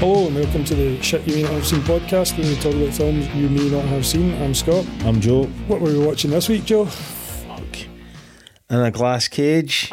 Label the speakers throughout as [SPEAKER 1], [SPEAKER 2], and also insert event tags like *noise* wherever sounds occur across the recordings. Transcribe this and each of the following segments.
[SPEAKER 1] Hello and welcome to the Shit You May Not Have Seen podcast where we talk about films you may not have seen. I'm Scott.
[SPEAKER 2] I'm Joe.
[SPEAKER 1] What were we watching this week, Joe?
[SPEAKER 2] Fuck. In a glass cage.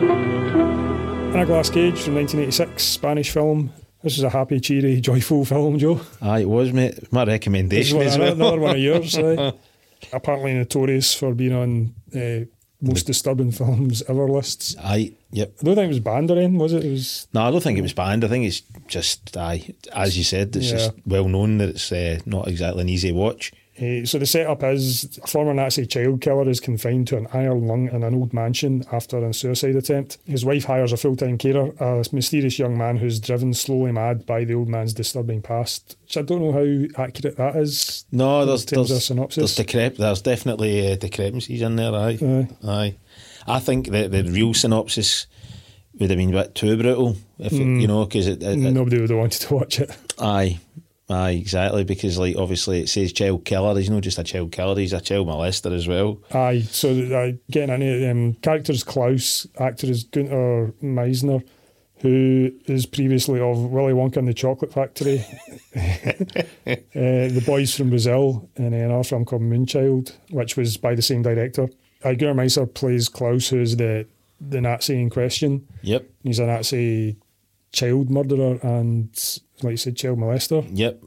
[SPEAKER 1] In a Glass Cage from 1986, Spanish film. This is a happy, cheery, joyful film, Joe.
[SPEAKER 2] Aye, it was, mate. It's My
[SPEAKER 1] This is
[SPEAKER 2] recommendation
[SPEAKER 1] one-
[SPEAKER 2] as well.
[SPEAKER 1] another one of yours.
[SPEAKER 2] *laughs*
[SPEAKER 1] aye. Apparently notorious for being on uh, most disturbing films ever lists.
[SPEAKER 2] Aye, yep.
[SPEAKER 1] I don't think it was banned or anything, was it? It was.
[SPEAKER 2] No, I don't think it was banned. I think it's just, aye, as you said, it's
[SPEAKER 1] Yeah.
[SPEAKER 2] just well known that it's uh, not exactly an easy watch.
[SPEAKER 1] Uh, so the setup is a former Nazi child killer is confined to an iron lung in an old mansion after a suicide attempt. His wife hires a full time carer, a mysterious young man who's driven slowly mad by the old man's disturbing past. Which I don't know how accurate that is.
[SPEAKER 2] No, there's
[SPEAKER 1] In terms
[SPEAKER 2] there's,
[SPEAKER 1] of synopsis?
[SPEAKER 2] there's, decrep- there's definitely uh, discrepancies in there, aye.
[SPEAKER 1] Aye.
[SPEAKER 2] Aye. I think that the real synopsis would have been a bit too brutal, if
[SPEAKER 1] Mm.
[SPEAKER 2] it, you know, because it, it, it,
[SPEAKER 1] Nobody would have wanted to watch it.
[SPEAKER 2] Aye, aye, exactly. Because like obviously it says child killer. He's not just a child killer. He's a child molester as well.
[SPEAKER 1] Aye, so uh, getting into it, um, characters Klaus, actor is Gunther Meisner, who is previously of Willy Wonka and the Chocolate Factory, uh, The Boys from Brazil, and then another film called Moonchild, which was by the same director. Uh, Gunther Meisner plays Klaus, who is the, the Nazi in question.
[SPEAKER 2] Yep,
[SPEAKER 1] He's a Nazi child murderer and, like you said, child molester.
[SPEAKER 2] yep.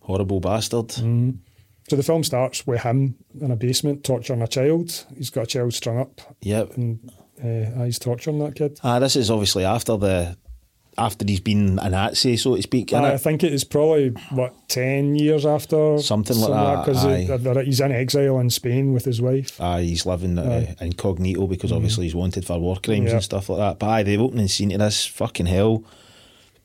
[SPEAKER 2] Horrible bastard.
[SPEAKER 1] So the film starts with him in a basement torturing a child. He's got a child strung up
[SPEAKER 2] Yep.
[SPEAKER 1] and uh, he's torturing that kid.
[SPEAKER 2] Ah, this is obviously after the after he's been a Nazi, so to speak.
[SPEAKER 1] And I,
[SPEAKER 2] innit?
[SPEAKER 1] think it is probably what ten years after
[SPEAKER 2] Something like that, aye.
[SPEAKER 1] because uh, he's in exile in Spain with his wife.
[SPEAKER 2] Aye, he's living uh, incognito because obviously he's wanted for war crimes
[SPEAKER 1] Mm-hmm. Yeah.
[SPEAKER 2] and stuff like that. But aye, the opening scene to this fucking hell,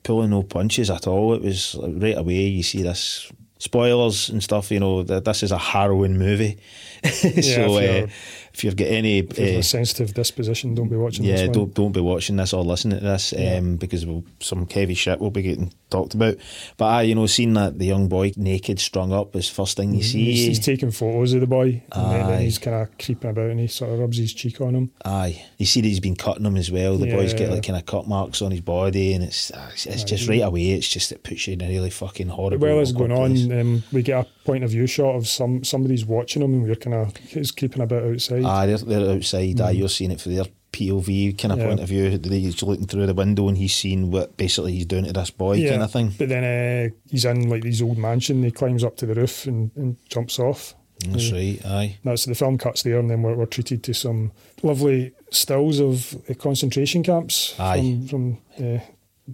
[SPEAKER 2] pulling no punches at all. It was like, right away you see this spoilers and stuff. You know that this is a harrowing movie. *laughs* so
[SPEAKER 1] if you're-
[SPEAKER 2] uh, if you've got any,
[SPEAKER 1] If you're of
[SPEAKER 2] uh,
[SPEAKER 1] a sensitive disposition, don't be watching
[SPEAKER 2] yeah,
[SPEAKER 1] this one.
[SPEAKER 2] don't don't be watching this or listening to this um, because we'll, some heavy shit will be getting talked about. But aye, you know, seeing that the young boy naked, strung up, is first thing you see.
[SPEAKER 1] Mm-hmm. He's, he's taking photos of the boy, and then, then
[SPEAKER 2] Aye.
[SPEAKER 1] he's kind of creeping about, and he sort of rubs his cheek on him.
[SPEAKER 2] Aye, you see that he's been cutting him as well. The boy's
[SPEAKER 1] Yeah.
[SPEAKER 2] got like kind of cut marks on his body, and it's ah, it's, it's just right away. It's just it puts you in a really fucking horrible.
[SPEAKER 1] While this is
[SPEAKER 2] awkward
[SPEAKER 1] going
[SPEAKER 2] place.
[SPEAKER 1] on, um, we get a point of view shot of some somebody's watching him, and we're kind of he's creeping about outside.
[SPEAKER 2] Aye, they're, they're outside. Aye, you're seeing it for their POV kind of
[SPEAKER 1] Mm. Yeah.
[SPEAKER 2] point of view. He's looking through the window and he's seeing what basically he's doing to this boy kind of thing.
[SPEAKER 1] But then uh, he's in like these old mansion. He climbs up to the roof and, and jumps off.
[SPEAKER 2] That's right. Aye,
[SPEAKER 1] That's the film cuts there, and then we're, we're treated to some lovely stills of uh, concentration camps
[SPEAKER 2] Aye.
[SPEAKER 1] from, from uh,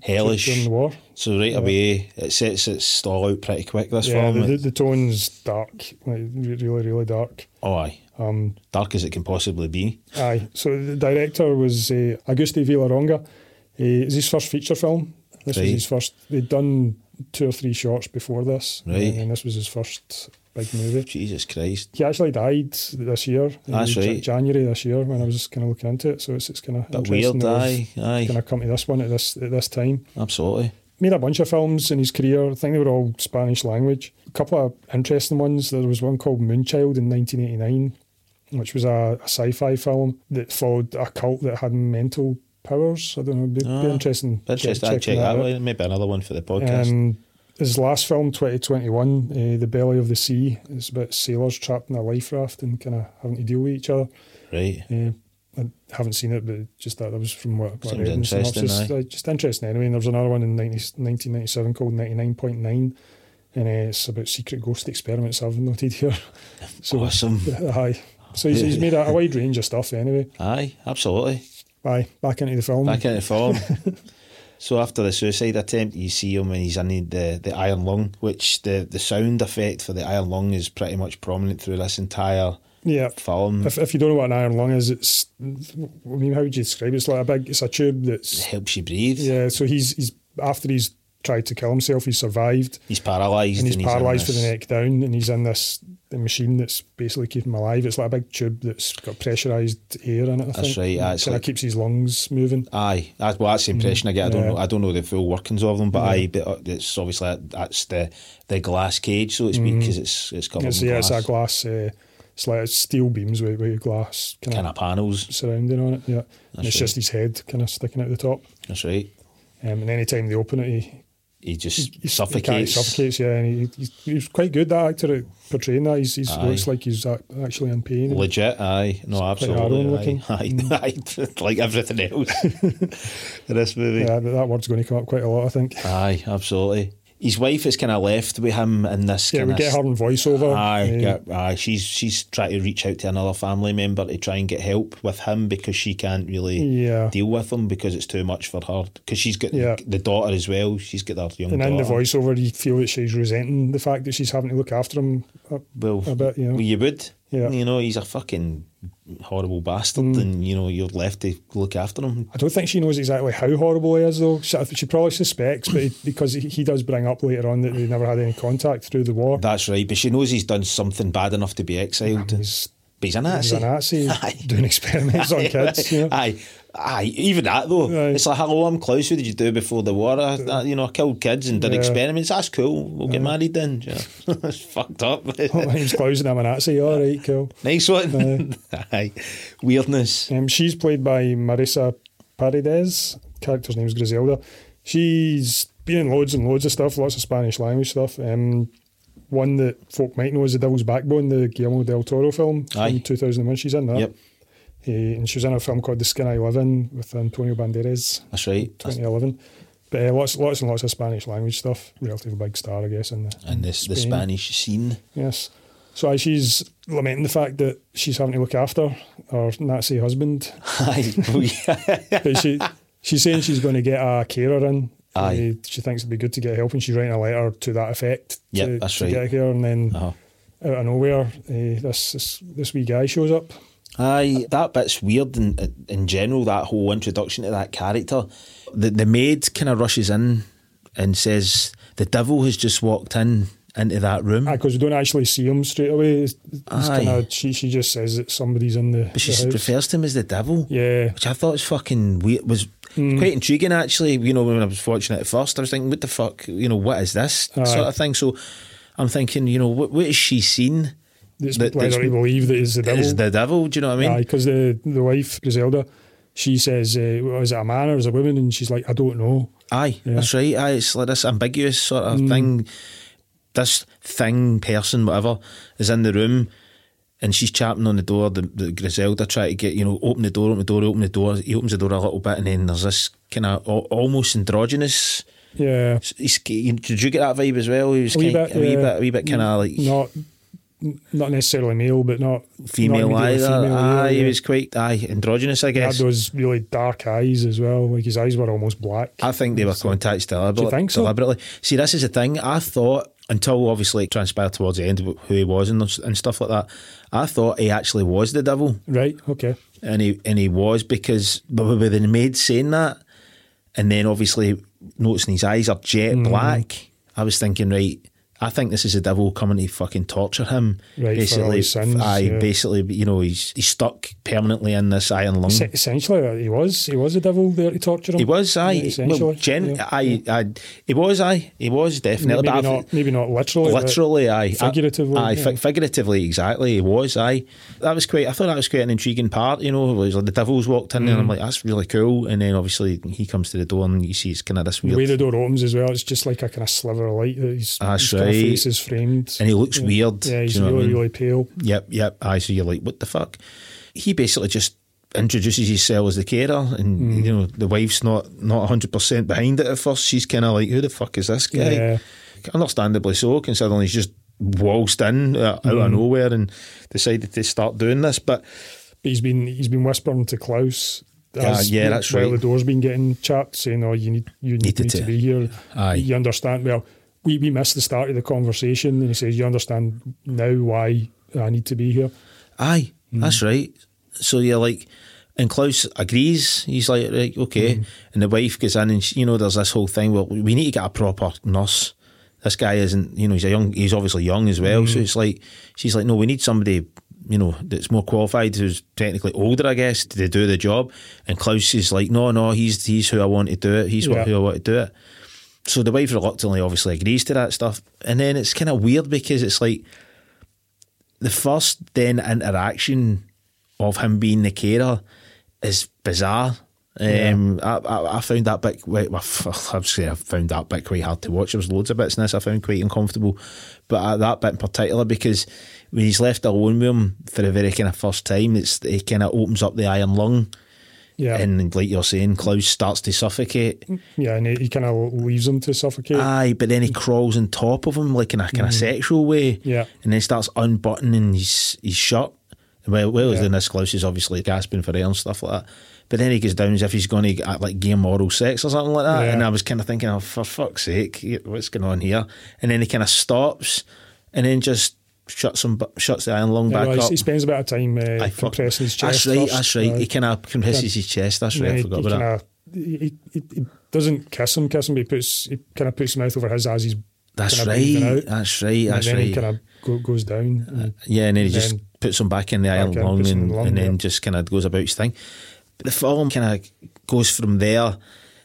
[SPEAKER 1] during
[SPEAKER 2] hellish.
[SPEAKER 1] the war.
[SPEAKER 2] So right away, it sets its stall out pretty quick. This
[SPEAKER 1] yeah,
[SPEAKER 2] film.
[SPEAKER 1] the, the, the tone's dark, like re- really, really dark.
[SPEAKER 2] oh, aye,
[SPEAKER 1] Um,
[SPEAKER 2] dark as it can possibly be.
[SPEAKER 1] aye. So the director was uh, Auguste Villaronga. Uh, it's his first feature film. This was
[SPEAKER 2] Right.
[SPEAKER 1] his first. They'd done two or three shorts before this,
[SPEAKER 2] Right.
[SPEAKER 1] and this was his first big movie.
[SPEAKER 2] Jesus Christ.
[SPEAKER 1] He actually died this year. in
[SPEAKER 2] That's
[SPEAKER 1] Ja-
[SPEAKER 2] right.
[SPEAKER 1] January this year when I was kind of looking into it. So it's, it's kind of
[SPEAKER 2] Bit
[SPEAKER 1] interesting
[SPEAKER 2] weird.
[SPEAKER 1] that we've
[SPEAKER 2] Aye, aye,
[SPEAKER 1] kind of come to this one at this at this time.
[SPEAKER 2] absolutely.
[SPEAKER 1] Made a bunch of films in his career. I think they were all Spanish language. A couple of interesting ones. There was one called Moonchild in 1989, which was a, a sci-fi film that followed a cult that had mental powers. I don't know. It'd be, be
[SPEAKER 2] Ah,
[SPEAKER 1] interesting. che-
[SPEAKER 2] Interesting. I'd
[SPEAKER 1] checking
[SPEAKER 2] check that
[SPEAKER 1] out.
[SPEAKER 2] out. Maybe another one for the podcast.
[SPEAKER 1] Um, his last film, 2021, uh, The Belly of the Sea, is about sailors trapped in a life raft and kind of having to deal with each other.
[SPEAKER 2] right.
[SPEAKER 1] Uh, I haven't seen it, but just that, that was from what, what I
[SPEAKER 2] Seems
[SPEAKER 1] read in the
[SPEAKER 2] interesting,
[SPEAKER 1] synopsis.
[SPEAKER 2] aye.
[SPEAKER 1] Uh, just interesting anyway. And there was another one in 90, 1997 called 99.9, and uh, it's about secret ghost experiments I've noted here. So,
[SPEAKER 2] awesome.
[SPEAKER 1] *laughs* Aye. So he's, he's made a, a wide range of stuff anyway.
[SPEAKER 2] Aye, absolutely.
[SPEAKER 1] Aye, back into the film.
[SPEAKER 2] Back
[SPEAKER 1] *laughs*
[SPEAKER 2] into form. so after the suicide attempt, you see him when he's in the, the iron lung, which the, the sound effect for the iron lung is pretty much prominent through this entire
[SPEAKER 1] yeah.
[SPEAKER 2] film.
[SPEAKER 1] If, if you don't know what an iron lung is, it's I mean, how would you describe it? It's like a big, it's a tube
[SPEAKER 2] It
[SPEAKER 1] that's
[SPEAKER 2] helps you breathe.
[SPEAKER 1] yeah. So he's he's after he's tried to kill himself, he's survived
[SPEAKER 2] He's paralysed.
[SPEAKER 1] and he's
[SPEAKER 2] in
[SPEAKER 1] paralysed from
[SPEAKER 2] this-
[SPEAKER 1] the neck down, and he's in this the machine that's basically keeping him alive. It's like a big tube that's got pressurised air in it. I
[SPEAKER 2] That's
[SPEAKER 1] think.
[SPEAKER 2] right, yeah, it's
[SPEAKER 1] kind
[SPEAKER 2] like-
[SPEAKER 1] of keeps his lungs moving.
[SPEAKER 2] Aye, that's well, that's the impression I get. I don't
[SPEAKER 1] Mm, Yeah. Mm.
[SPEAKER 2] know, I don't know the full workings of them, but
[SPEAKER 1] Yeah.
[SPEAKER 2] aye, but uh, it's obviously that's the the glass cage, so to speak, because it's it's covered
[SPEAKER 1] Mm. It's,
[SPEAKER 2] in
[SPEAKER 1] yeah,
[SPEAKER 2] glass,
[SPEAKER 1] it's a glass. Uh, it's like steel beams with, with glass kind,
[SPEAKER 2] kind
[SPEAKER 1] of
[SPEAKER 2] of panels.
[SPEAKER 1] surrounding on it. Yeah, and
[SPEAKER 2] That's
[SPEAKER 1] it's
[SPEAKER 2] right.
[SPEAKER 1] just his head kind of sticking out the top.
[SPEAKER 2] That's right.
[SPEAKER 1] Um, and any time they open it, he
[SPEAKER 2] He just
[SPEAKER 1] He- he can't-
[SPEAKER 2] suffocates.
[SPEAKER 1] suffocates, yeah. And he, he's, he's quite good, that actor, at portraying that. He's, he's
[SPEAKER 2] Aye.
[SPEAKER 1] looks like he's ac- actually in pain.
[SPEAKER 2] Legit, aye, no,
[SPEAKER 1] harrowing
[SPEAKER 2] absolutely,
[SPEAKER 1] looking.
[SPEAKER 2] *laughs* aye, aye,
[SPEAKER 1] Mm.
[SPEAKER 2] aye. *laughs* like everything else
[SPEAKER 1] *laughs*
[SPEAKER 2] in this movie.
[SPEAKER 1] yeah, that, that word's going to come up quite a lot, I think.
[SPEAKER 2] Aye, absolutely. His wife is kind of left with him in this.
[SPEAKER 1] Yeah,
[SPEAKER 2] kind
[SPEAKER 1] we
[SPEAKER 2] of
[SPEAKER 1] get her in voiceover.
[SPEAKER 2] Aye,
[SPEAKER 1] Uh,
[SPEAKER 2] get- aye. She's she's trying to reach out to another family member to try and get help with him because she can't really
[SPEAKER 1] Yeah.
[SPEAKER 2] deal with him because it's too much for her. Because she's got
[SPEAKER 1] Yeah.
[SPEAKER 2] the daughter as well. She's got her young
[SPEAKER 1] And
[SPEAKER 2] daughter.
[SPEAKER 1] in the voiceover, you feel that she's resenting the fact that she's having to look after him. Uh,
[SPEAKER 2] well,
[SPEAKER 1] I bet, you know.
[SPEAKER 2] well, you would.
[SPEAKER 1] Yeah. Mm.
[SPEAKER 2] You know, he's a fucking horrible bastard, and you know you're left to look after him.
[SPEAKER 1] I don't think she knows exactly how horrible he is, though. She, she probably suspects, but he, because he, he does bring up later on that they never had any contact through the war.
[SPEAKER 2] That's right, but she knows he's done something bad enough to be exiled.
[SPEAKER 1] He's,
[SPEAKER 2] but he's a
[SPEAKER 1] he's
[SPEAKER 2] *laughs* Nazi.
[SPEAKER 1] a Nazi
[SPEAKER 2] Aye.
[SPEAKER 1] doing experiments
[SPEAKER 2] *laughs*
[SPEAKER 1] on kids. You know?
[SPEAKER 2] Aye, aye. Even that though,
[SPEAKER 1] Aye.
[SPEAKER 2] it's like, hello, I'm Klaus. What did you do before the war? I, I- you know, I killed kids and did
[SPEAKER 1] Yeah.
[SPEAKER 2] experiments. That's cool. We'll get married then. *laughs* Yeah. it's
[SPEAKER 1] *laughs*
[SPEAKER 2] fucked up.
[SPEAKER 1] My name's Klaus and I'm a Nazi. All right, cool.
[SPEAKER 2] *laughs* nice one. *laughs* aye, weirdness.
[SPEAKER 1] Um, she's played by Marisa Paredes. Character's name's Griselda. She's been in loads and loads of stuff, lots of Spanish language stuff. Um, one that folk might know is The Devil's Backbone, the Guillermo del Toro film
[SPEAKER 2] Aye.
[SPEAKER 1] from 2001. She's in that.
[SPEAKER 2] Yep,
[SPEAKER 1] Eh, and she was in a film called The Skin I Live In with Antonio Banderas,
[SPEAKER 2] that's right. That's-
[SPEAKER 1] 2011. But uh, lots, lots and lots of Spanish language stuff. Relatively big star, I guess, in the
[SPEAKER 2] and this the
[SPEAKER 1] Spain.
[SPEAKER 2] Spanish scene. *laughs*
[SPEAKER 1] Yes. So aye, she's lamenting the fact that she's having to look after her Nazi husband.
[SPEAKER 2] Aye, *laughs* well, yeah.
[SPEAKER 1] But she, she's saying she's going to get a carer in.
[SPEAKER 2] Aye.
[SPEAKER 1] Uh, She thinks it'd be good to get help, and she's writing a letter to that effect.
[SPEAKER 2] Yeah,
[SPEAKER 1] to,
[SPEAKER 2] that's
[SPEAKER 1] to
[SPEAKER 2] right.
[SPEAKER 1] Get a carer, and then
[SPEAKER 2] Uh-huh.
[SPEAKER 1] out of nowhere, uh, this, this this wee guy shows up.
[SPEAKER 2] Aye, that bit's weird in, in general, that whole introduction to that character. The, the maid kind of rushes in and says, The devil has just walked in into that room.
[SPEAKER 1] Because Ah, we don't actually see him straight away. It's, it's
[SPEAKER 2] Aye.
[SPEAKER 1] kinda, she she just says that somebody's in the,
[SPEAKER 2] but she
[SPEAKER 1] the house.
[SPEAKER 2] refers to him as the devil,
[SPEAKER 1] yeah, Hmm.
[SPEAKER 2] which I thought was fucking weird. was quite intriguing, actually. You know, when I was watching it at first, I was thinking, What the fuck? You know, what is this sort
[SPEAKER 1] Aye.
[SPEAKER 2] of thing? So I'm thinking, you know, what, what has she seen?
[SPEAKER 1] it's
[SPEAKER 2] that-
[SPEAKER 1] whether
[SPEAKER 2] that's-
[SPEAKER 1] we believe that is the devil.
[SPEAKER 2] Is the devil? Do you know what I mean?
[SPEAKER 1] because the the wife Griselda, she says, uh, well, "Is it a man or is it a woman?" And she's like, "I don't know."
[SPEAKER 2] Aye,
[SPEAKER 1] Yeah. Mm.
[SPEAKER 2] that's right. Aye, it's like this ambiguous sort of thing. This thing, person, whatever, is in the room and she's chapping on the door. The, the Griselda try to get, you know, open the door, open the door, open the door. He opens the door a little bit and then there's this kind of al- almost androgynous.
[SPEAKER 1] Yeah,
[SPEAKER 2] He's, he- did you get that vibe as well? He was
[SPEAKER 1] A wee
[SPEAKER 2] kind,
[SPEAKER 1] bit,
[SPEAKER 2] a wee
[SPEAKER 1] yeah.
[SPEAKER 2] bit, a wee bit kind of like
[SPEAKER 1] not n- not necessarily male, but not not
[SPEAKER 2] female
[SPEAKER 1] immediately
[SPEAKER 2] either.
[SPEAKER 1] female, yeah,
[SPEAKER 2] aye, he
[SPEAKER 1] yeah.
[SPEAKER 2] was quite aye androgynous, I
[SPEAKER 1] He had
[SPEAKER 2] guess.
[SPEAKER 1] those really dark eyes as well. Like his eyes were almost black.
[SPEAKER 2] I think they were contacts deliberately.
[SPEAKER 1] you think so?
[SPEAKER 2] deliberately. See, this is the thing. I thought until obviously it transpired towards the end who he was and, and stuff like that. I thought he actually was the devil,
[SPEAKER 1] right. Okay.
[SPEAKER 2] and he and he was because but with the maid saying that, and then obviously noticing his eyes are jet
[SPEAKER 1] Mm.
[SPEAKER 2] black. I was thinking, right. I think this is the devil coming to fucking torture him.
[SPEAKER 1] Right, for all his sins,
[SPEAKER 2] aye,
[SPEAKER 1] yeah.
[SPEAKER 2] basically, you know, he's he's stuck permanently in this iron lung.
[SPEAKER 1] Se- essentially, uh, he was he was the devil there to torture him.
[SPEAKER 2] He was, aye.
[SPEAKER 1] Essentially,
[SPEAKER 2] well, gen-
[SPEAKER 1] yeah.
[SPEAKER 2] aye, aye. He was, aye. He was definitely.
[SPEAKER 1] Maybe
[SPEAKER 2] but I thi-
[SPEAKER 1] not, maybe not literally. but-
[SPEAKER 2] literally, aye.
[SPEAKER 1] Figuratively,
[SPEAKER 2] aye. fi-
[SPEAKER 1] yeah.
[SPEAKER 2] figuratively, exactly. He was, aye. That was quite. I thought that was quite an intriguing part. You know, it was like the devil's walked in, and
[SPEAKER 1] Mm.
[SPEAKER 2] I'm like, that's really cool. And then obviously he comes to the door, and you see it's kind of this
[SPEAKER 1] The way
[SPEAKER 2] weird.
[SPEAKER 1] the door opens as well, it's just like a kind of sliver of light that he's,
[SPEAKER 2] That's
[SPEAKER 1] his kind of
[SPEAKER 2] right.
[SPEAKER 1] face is framed.
[SPEAKER 2] And he looks weird.
[SPEAKER 1] yeah,
[SPEAKER 2] do
[SPEAKER 1] he's
[SPEAKER 2] you know
[SPEAKER 1] really,
[SPEAKER 2] what I mean?
[SPEAKER 1] really pale.
[SPEAKER 2] Yep, yep. Aye. So you're like, what the fuck? He basically just introduces himself as the carer, and you know the wife's not not 100 percent behind it at first. She's kind of like, who the fuck is this guy?
[SPEAKER 1] Yeah.
[SPEAKER 2] Understandably so, considering he's just waltzed in uh, out of nowhere and decided to start doing this. But
[SPEAKER 1] But he's been he's been whispering to Klaus.
[SPEAKER 2] Yeah,
[SPEAKER 1] as-
[SPEAKER 2] Ah, yeah, that's
[SPEAKER 1] while
[SPEAKER 2] right.
[SPEAKER 1] the door's been getting chapped, saying, "Oh, you need you need,
[SPEAKER 2] Needed
[SPEAKER 1] need to.
[SPEAKER 2] to.
[SPEAKER 1] be here."
[SPEAKER 2] Aye.
[SPEAKER 1] You understand? Well, we we missed the start of the conversation, and he says, "You understand now why I need to be here."
[SPEAKER 2] Aye, that's right. So you're like, and Klaus agrees. He's like, right, okay. And the wife goes in, and she, you know, there's this whole thing. Well, we need to get a proper nurse. This guy isn't, you know, he's a young. He's obviously young as well. So it's like, she's like, no, we need somebody, you know, that's more qualified, who's technically older, I guess, to do the job. And Klaus is like, no, no, he's he's who I want to do it. He's
[SPEAKER 1] Yeah.
[SPEAKER 2] what who I want to do it. So the wife reluctantly, obviously, agrees to that stuff. And then it's kind of weird because it's like the first then interaction of him being the carer is bizarre. Um, I, I, I found that bit quite. well, *laughs* f- I'd say I found that bit quite hard to watch. There was loads of bits in this I found quite uncomfortable, but uh, that bit in particular because when he's left alone with him for the very kind of first time, it's it kind of opens up the iron lung,
[SPEAKER 1] Yeah,
[SPEAKER 2] and like you're saying, Klaus starts to suffocate.
[SPEAKER 1] yeah, and he, he kind of leaves him to suffocate.
[SPEAKER 2] Aye, but then he crawls on top of him like in a kind of sexual way.
[SPEAKER 1] Mm. Yeah.
[SPEAKER 2] And then starts unbuttoning his his shirt. Well, well,
[SPEAKER 1] Yeah.
[SPEAKER 2] then this Klaus is obviously gasping for air and stuff like that. But then he goes down as if he's going to act like gay moral sex or something like that.
[SPEAKER 1] Yeah.
[SPEAKER 2] And I was kind of thinking, oh, for fuck's sake, what's going on here? And then he kind of stops and then just shuts him, shuts the iron lung
[SPEAKER 1] Yeah,
[SPEAKER 2] back
[SPEAKER 1] well, he-
[SPEAKER 2] up.
[SPEAKER 1] he spends a bit of time uh,
[SPEAKER 2] Aye, fuck.
[SPEAKER 1] compressing his chest.
[SPEAKER 2] That's right,
[SPEAKER 1] first,
[SPEAKER 2] that's right.
[SPEAKER 1] uh,
[SPEAKER 2] He kind of compresses his chest. That's right, I
[SPEAKER 1] he-
[SPEAKER 2] forgot
[SPEAKER 1] he
[SPEAKER 2] about that.
[SPEAKER 1] kinda- he, he, he doesn't kiss him, kiss him, but he puts he kind of puts his mouth over his as he's
[SPEAKER 2] That's
[SPEAKER 1] kinda breathing
[SPEAKER 2] right,
[SPEAKER 1] out.
[SPEAKER 2] that's right,
[SPEAKER 1] and
[SPEAKER 2] that's
[SPEAKER 1] then
[SPEAKER 2] right. Uh,
[SPEAKER 1] he kind of go, goes down. and-
[SPEAKER 2] Yeah, and then he just
[SPEAKER 1] Then-
[SPEAKER 2] puts him back in the iron
[SPEAKER 1] in,
[SPEAKER 2] lung
[SPEAKER 1] puts him in
[SPEAKER 2] and,
[SPEAKER 1] the lung,
[SPEAKER 2] and then
[SPEAKER 1] yeah.
[SPEAKER 2] just kind of goes about his thing. But the film kind of goes from there.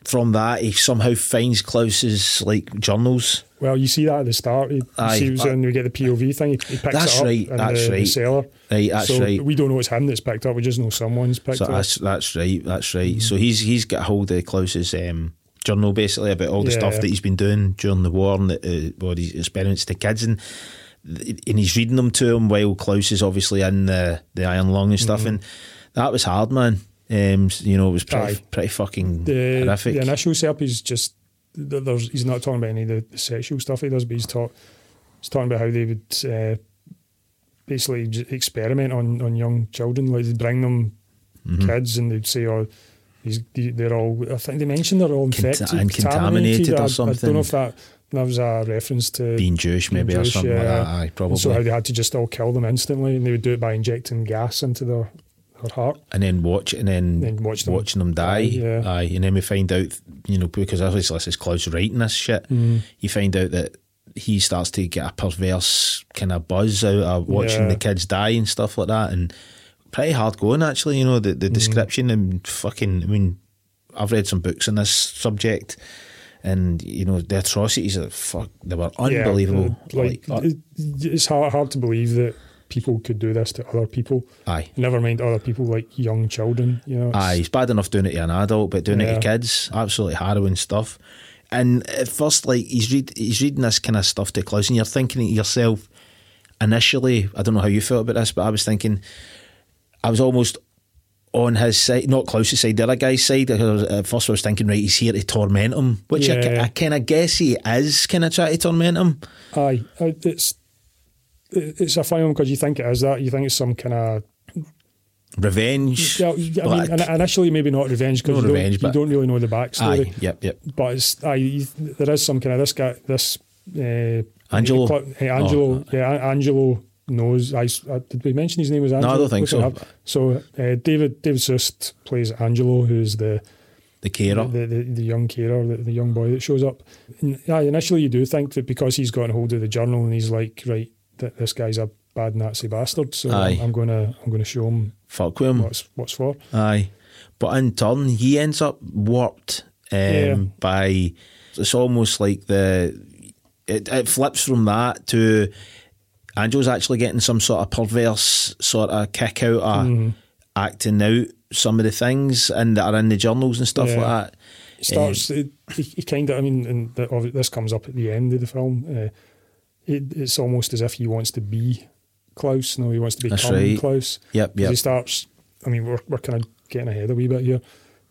[SPEAKER 2] From that, he somehow finds Klaus's like journals.
[SPEAKER 1] Well, you see that at the start. You
[SPEAKER 2] Aye.
[SPEAKER 1] see it and we get the POV thing. He, he picks
[SPEAKER 2] That's
[SPEAKER 1] it up
[SPEAKER 2] right,
[SPEAKER 1] in
[SPEAKER 2] that's
[SPEAKER 1] the, the
[SPEAKER 2] right.
[SPEAKER 1] cellar.
[SPEAKER 2] Right, that's
[SPEAKER 1] so
[SPEAKER 2] right.
[SPEAKER 1] we don't know it's him that's picked up. We just know someone's picked
[SPEAKER 2] So
[SPEAKER 1] up.
[SPEAKER 2] that's that's right, that's right. So
[SPEAKER 1] Mm-hmm.
[SPEAKER 2] he's he's got hold of Klaus's um, journal basically about all the
[SPEAKER 1] Yeah,
[SPEAKER 2] stuff
[SPEAKER 1] yeah.
[SPEAKER 2] that he's been doing during the war and the, uh, what his experiments to kids and th- and he's reading them to him while Klaus is obviously in the, the iron lung and
[SPEAKER 1] Mm-hmm.
[SPEAKER 2] stuff. And that was hard, man. Um, s- you know, it was pretty,
[SPEAKER 1] Aye.
[SPEAKER 2] pretty fucking
[SPEAKER 1] the,
[SPEAKER 2] horrific.
[SPEAKER 1] the initial setup is just th- there's he's not talking about any of the sexual stuff he does, but he's talk he's talking about how they would uh, basically j- experiment on on young children. Like they'd bring them
[SPEAKER 2] Mm-hmm.
[SPEAKER 1] kids and they'd say, "Oh, these the- they're all." I think they mentioned they're all
[SPEAKER 2] Conta-
[SPEAKER 1] infected,
[SPEAKER 2] and contaminated or
[SPEAKER 1] I- I,
[SPEAKER 2] something.
[SPEAKER 1] don't know if that that was a reference to
[SPEAKER 2] being Jewish maybe or
[SPEAKER 1] Jewish,
[SPEAKER 2] something like
[SPEAKER 1] yeah.
[SPEAKER 2] that. Aye,
[SPEAKER 1] And
[SPEAKER 2] probably.
[SPEAKER 1] so how they had to just all kill them instantly, and they would do it by injecting gas into their her heart.
[SPEAKER 2] and then watch and then,
[SPEAKER 1] Then watch them
[SPEAKER 2] watching them
[SPEAKER 1] die,
[SPEAKER 2] die.
[SPEAKER 1] yeah.
[SPEAKER 2] Aye. And then we find out, you know, because obviously this is Klaus writing this shit,
[SPEAKER 1] Mm.
[SPEAKER 2] you find out that he starts to get a perverse kind of buzz out of watching
[SPEAKER 1] Yeah.
[SPEAKER 2] the kids die and stuff like that. And pretty hard going actually, you know, the,
[SPEAKER 1] Mm.
[SPEAKER 2] the description and fucking I mean, I've read some books on this subject and you know, the atrocities are fuck they were
[SPEAKER 1] Yeah,
[SPEAKER 2] unbelievable.
[SPEAKER 1] uh, like,
[SPEAKER 2] Like, uh,
[SPEAKER 1] it- it's hard, hard to believe that people could do this to other people.
[SPEAKER 2] aye.
[SPEAKER 1] Never mind other people like young children. You know, it's-
[SPEAKER 2] Aye, it's bad enough doing it to an adult, but doing it
[SPEAKER 1] Yeah.
[SPEAKER 2] to kids, absolutely harrowing stuff. And at first, like he's read, he's reading this kind of stuff to Klaus, and you're thinking to yourself, initially, I don't know how you felt about this, but I was thinking, I was almost on his side, not Klaus's side, the other guy's side. because I was- At first, I was thinking, right, he's here to torment him, which I,
[SPEAKER 1] Yeah.
[SPEAKER 2] kind of guess he is kind of trying to torment him.
[SPEAKER 1] aye. I- It's it- it's a funny one because you think it is that. You think it's some kind of
[SPEAKER 2] Revenge.
[SPEAKER 1] yeah. I mean,
[SPEAKER 2] Like,
[SPEAKER 1] in- initially maybe not revenge
[SPEAKER 2] No
[SPEAKER 1] because you,
[SPEAKER 2] revenge,
[SPEAKER 1] don't,
[SPEAKER 2] but-
[SPEAKER 1] you don't really know the backstory.
[SPEAKER 2] aye, yep, yep.
[SPEAKER 1] But it's aye. You, there is some kind of this guy. This uh,
[SPEAKER 2] Angelo? Oh,
[SPEAKER 1] eh, Angelo. Yeah, An- Angelo knows. I, s- uh, did we mention his name was Angelo?
[SPEAKER 2] I don't think
[SPEAKER 1] Look
[SPEAKER 2] so.
[SPEAKER 1] it up. So uh, David David Sust plays Angelo, who's the
[SPEAKER 2] The carer.
[SPEAKER 1] the, the, the young carer, the, the young boy that shows up. N- aye, initially, you do think that because he's gotten hold of the journal and he's like, right, th- this guy's a bad Nazi bastard, so
[SPEAKER 2] Aye.
[SPEAKER 1] I'm, I'm gonna I'm gonna show him
[SPEAKER 2] Fuck with him.
[SPEAKER 1] what's what's for.
[SPEAKER 2] Aye. But in turn, he ends up warped um,
[SPEAKER 1] Yeah.
[SPEAKER 2] by. It's almost like the. It, it flips from that to Angel's actually getting some sort of perverse sort of kick out of
[SPEAKER 1] Mm. Mm-hmm.
[SPEAKER 2] acting out some of the things and that are in the journals and stuff
[SPEAKER 1] Yeah.
[SPEAKER 2] like that.
[SPEAKER 1] He
[SPEAKER 2] Um,
[SPEAKER 1] starts. it, he, he kind of. I mean, and the, obvi- this comes up at the end of the film. Uh, it, it's almost as if he wants to be Klaus. No, he wants to
[SPEAKER 2] That's
[SPEAKER 1] become
[SPEAKER 2] right.
[SPEAKER 1] Klaus.
[SPEAKER 2] Yep,
[SPEAKER 1] 'Cause
[SPEAKER 2] yep.
[SPEAKER 1] He starts. I mean, we're, we're kind of getting ahead a wee bit here.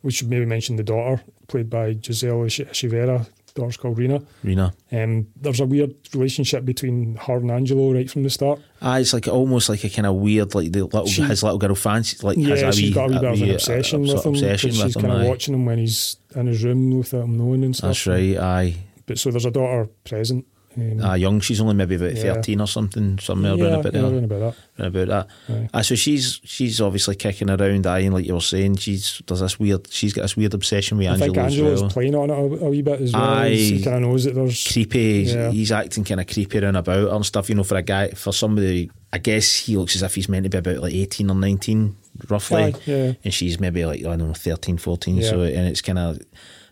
[SPEAKER 1] We should maybe mention the daughter, played by Giselle Sh- Shivera, daughter's called Rena.
[SPEAKER 2] Rena.
[SPEAKER 1] Um, there's a weird relationship between her and Angelo right from the start.
[SPEAKER 2] Ah, it's like almost like a kind of weird, like the little
[SPEAKER 1] She-
[SPEAKER 2] his little girl fancy, like has
[SPEAKER 1] yeah,
[SPEAKER 2] a
[SPEAKER 1] she's
[SPEAKER 2] wee,
[SPEAKER 1] got a wee bit of
[SPEAKER 2] wee,
[SPEAKER 1] an
[SPEAKER 2] uh,
[SPEAKER 1] obsession
[SPEAKER 2] obs-
[SPEAKER 1] with him. 'cause
[SPEAKER 2] obsession with
[SPEAKER 1] she's
[SPEAKER 2] him,
[SPEAKER 1] kind of
[SPEAKER 2] aye.
[SPEAKER 1] watching him when he's in his room without him knowing and stuff.
[SPEAKER 2] That's right. Aye,
[SPEAKER 1] But so there's a daughter present. Um,
[SPEAKER 2] ah, young. She's only maybe about
[SPEAKER 1] Yeah.
[SPEAKER 2] thirteen or something, somewhere
[SPEAKER 1] yeah,
[SPEAKER 2] around about
[SPEAKER 1] yeah, uh,
[SPEAKER 2] there.
[SPEAKER 1] around about that.
[SPEAKER 2] around about that.
[SPEAKER 1] Aye.
[SPEAKER 2] Ah, so she's she's obviously kicking around, aye, and like you were saying, she's does this weird. She's got this weird obsession with
[SPEAKER 1] I think
[SPEAKER 2] Angelo as
[SPEAKER 1] Angelo's
[SPEAKER 2] well.
[SPEAKER 1] playing on it a, a wee bit as well. He's-
[SPEAKER 2] Aye.
[SPEAKER 1] He kind of knows that there's
[SPEAKER 2] creepy. he's-
[SPEAKER 1] Yeah.
[SPEAKER 2] He's acting kind of creepy around about her and stuff. You know, for a guy, for somebody, I guess he looks as if he's meant to be about like eighteen or nineteen, roughly.
[SPEAKER 1] Aye, yeah.
[SPEAKER 2] And she's maybe like I don't know, 13, 14.
[SPEAKER 1] Yeah.
[SPEAKER 2] So and it's kind of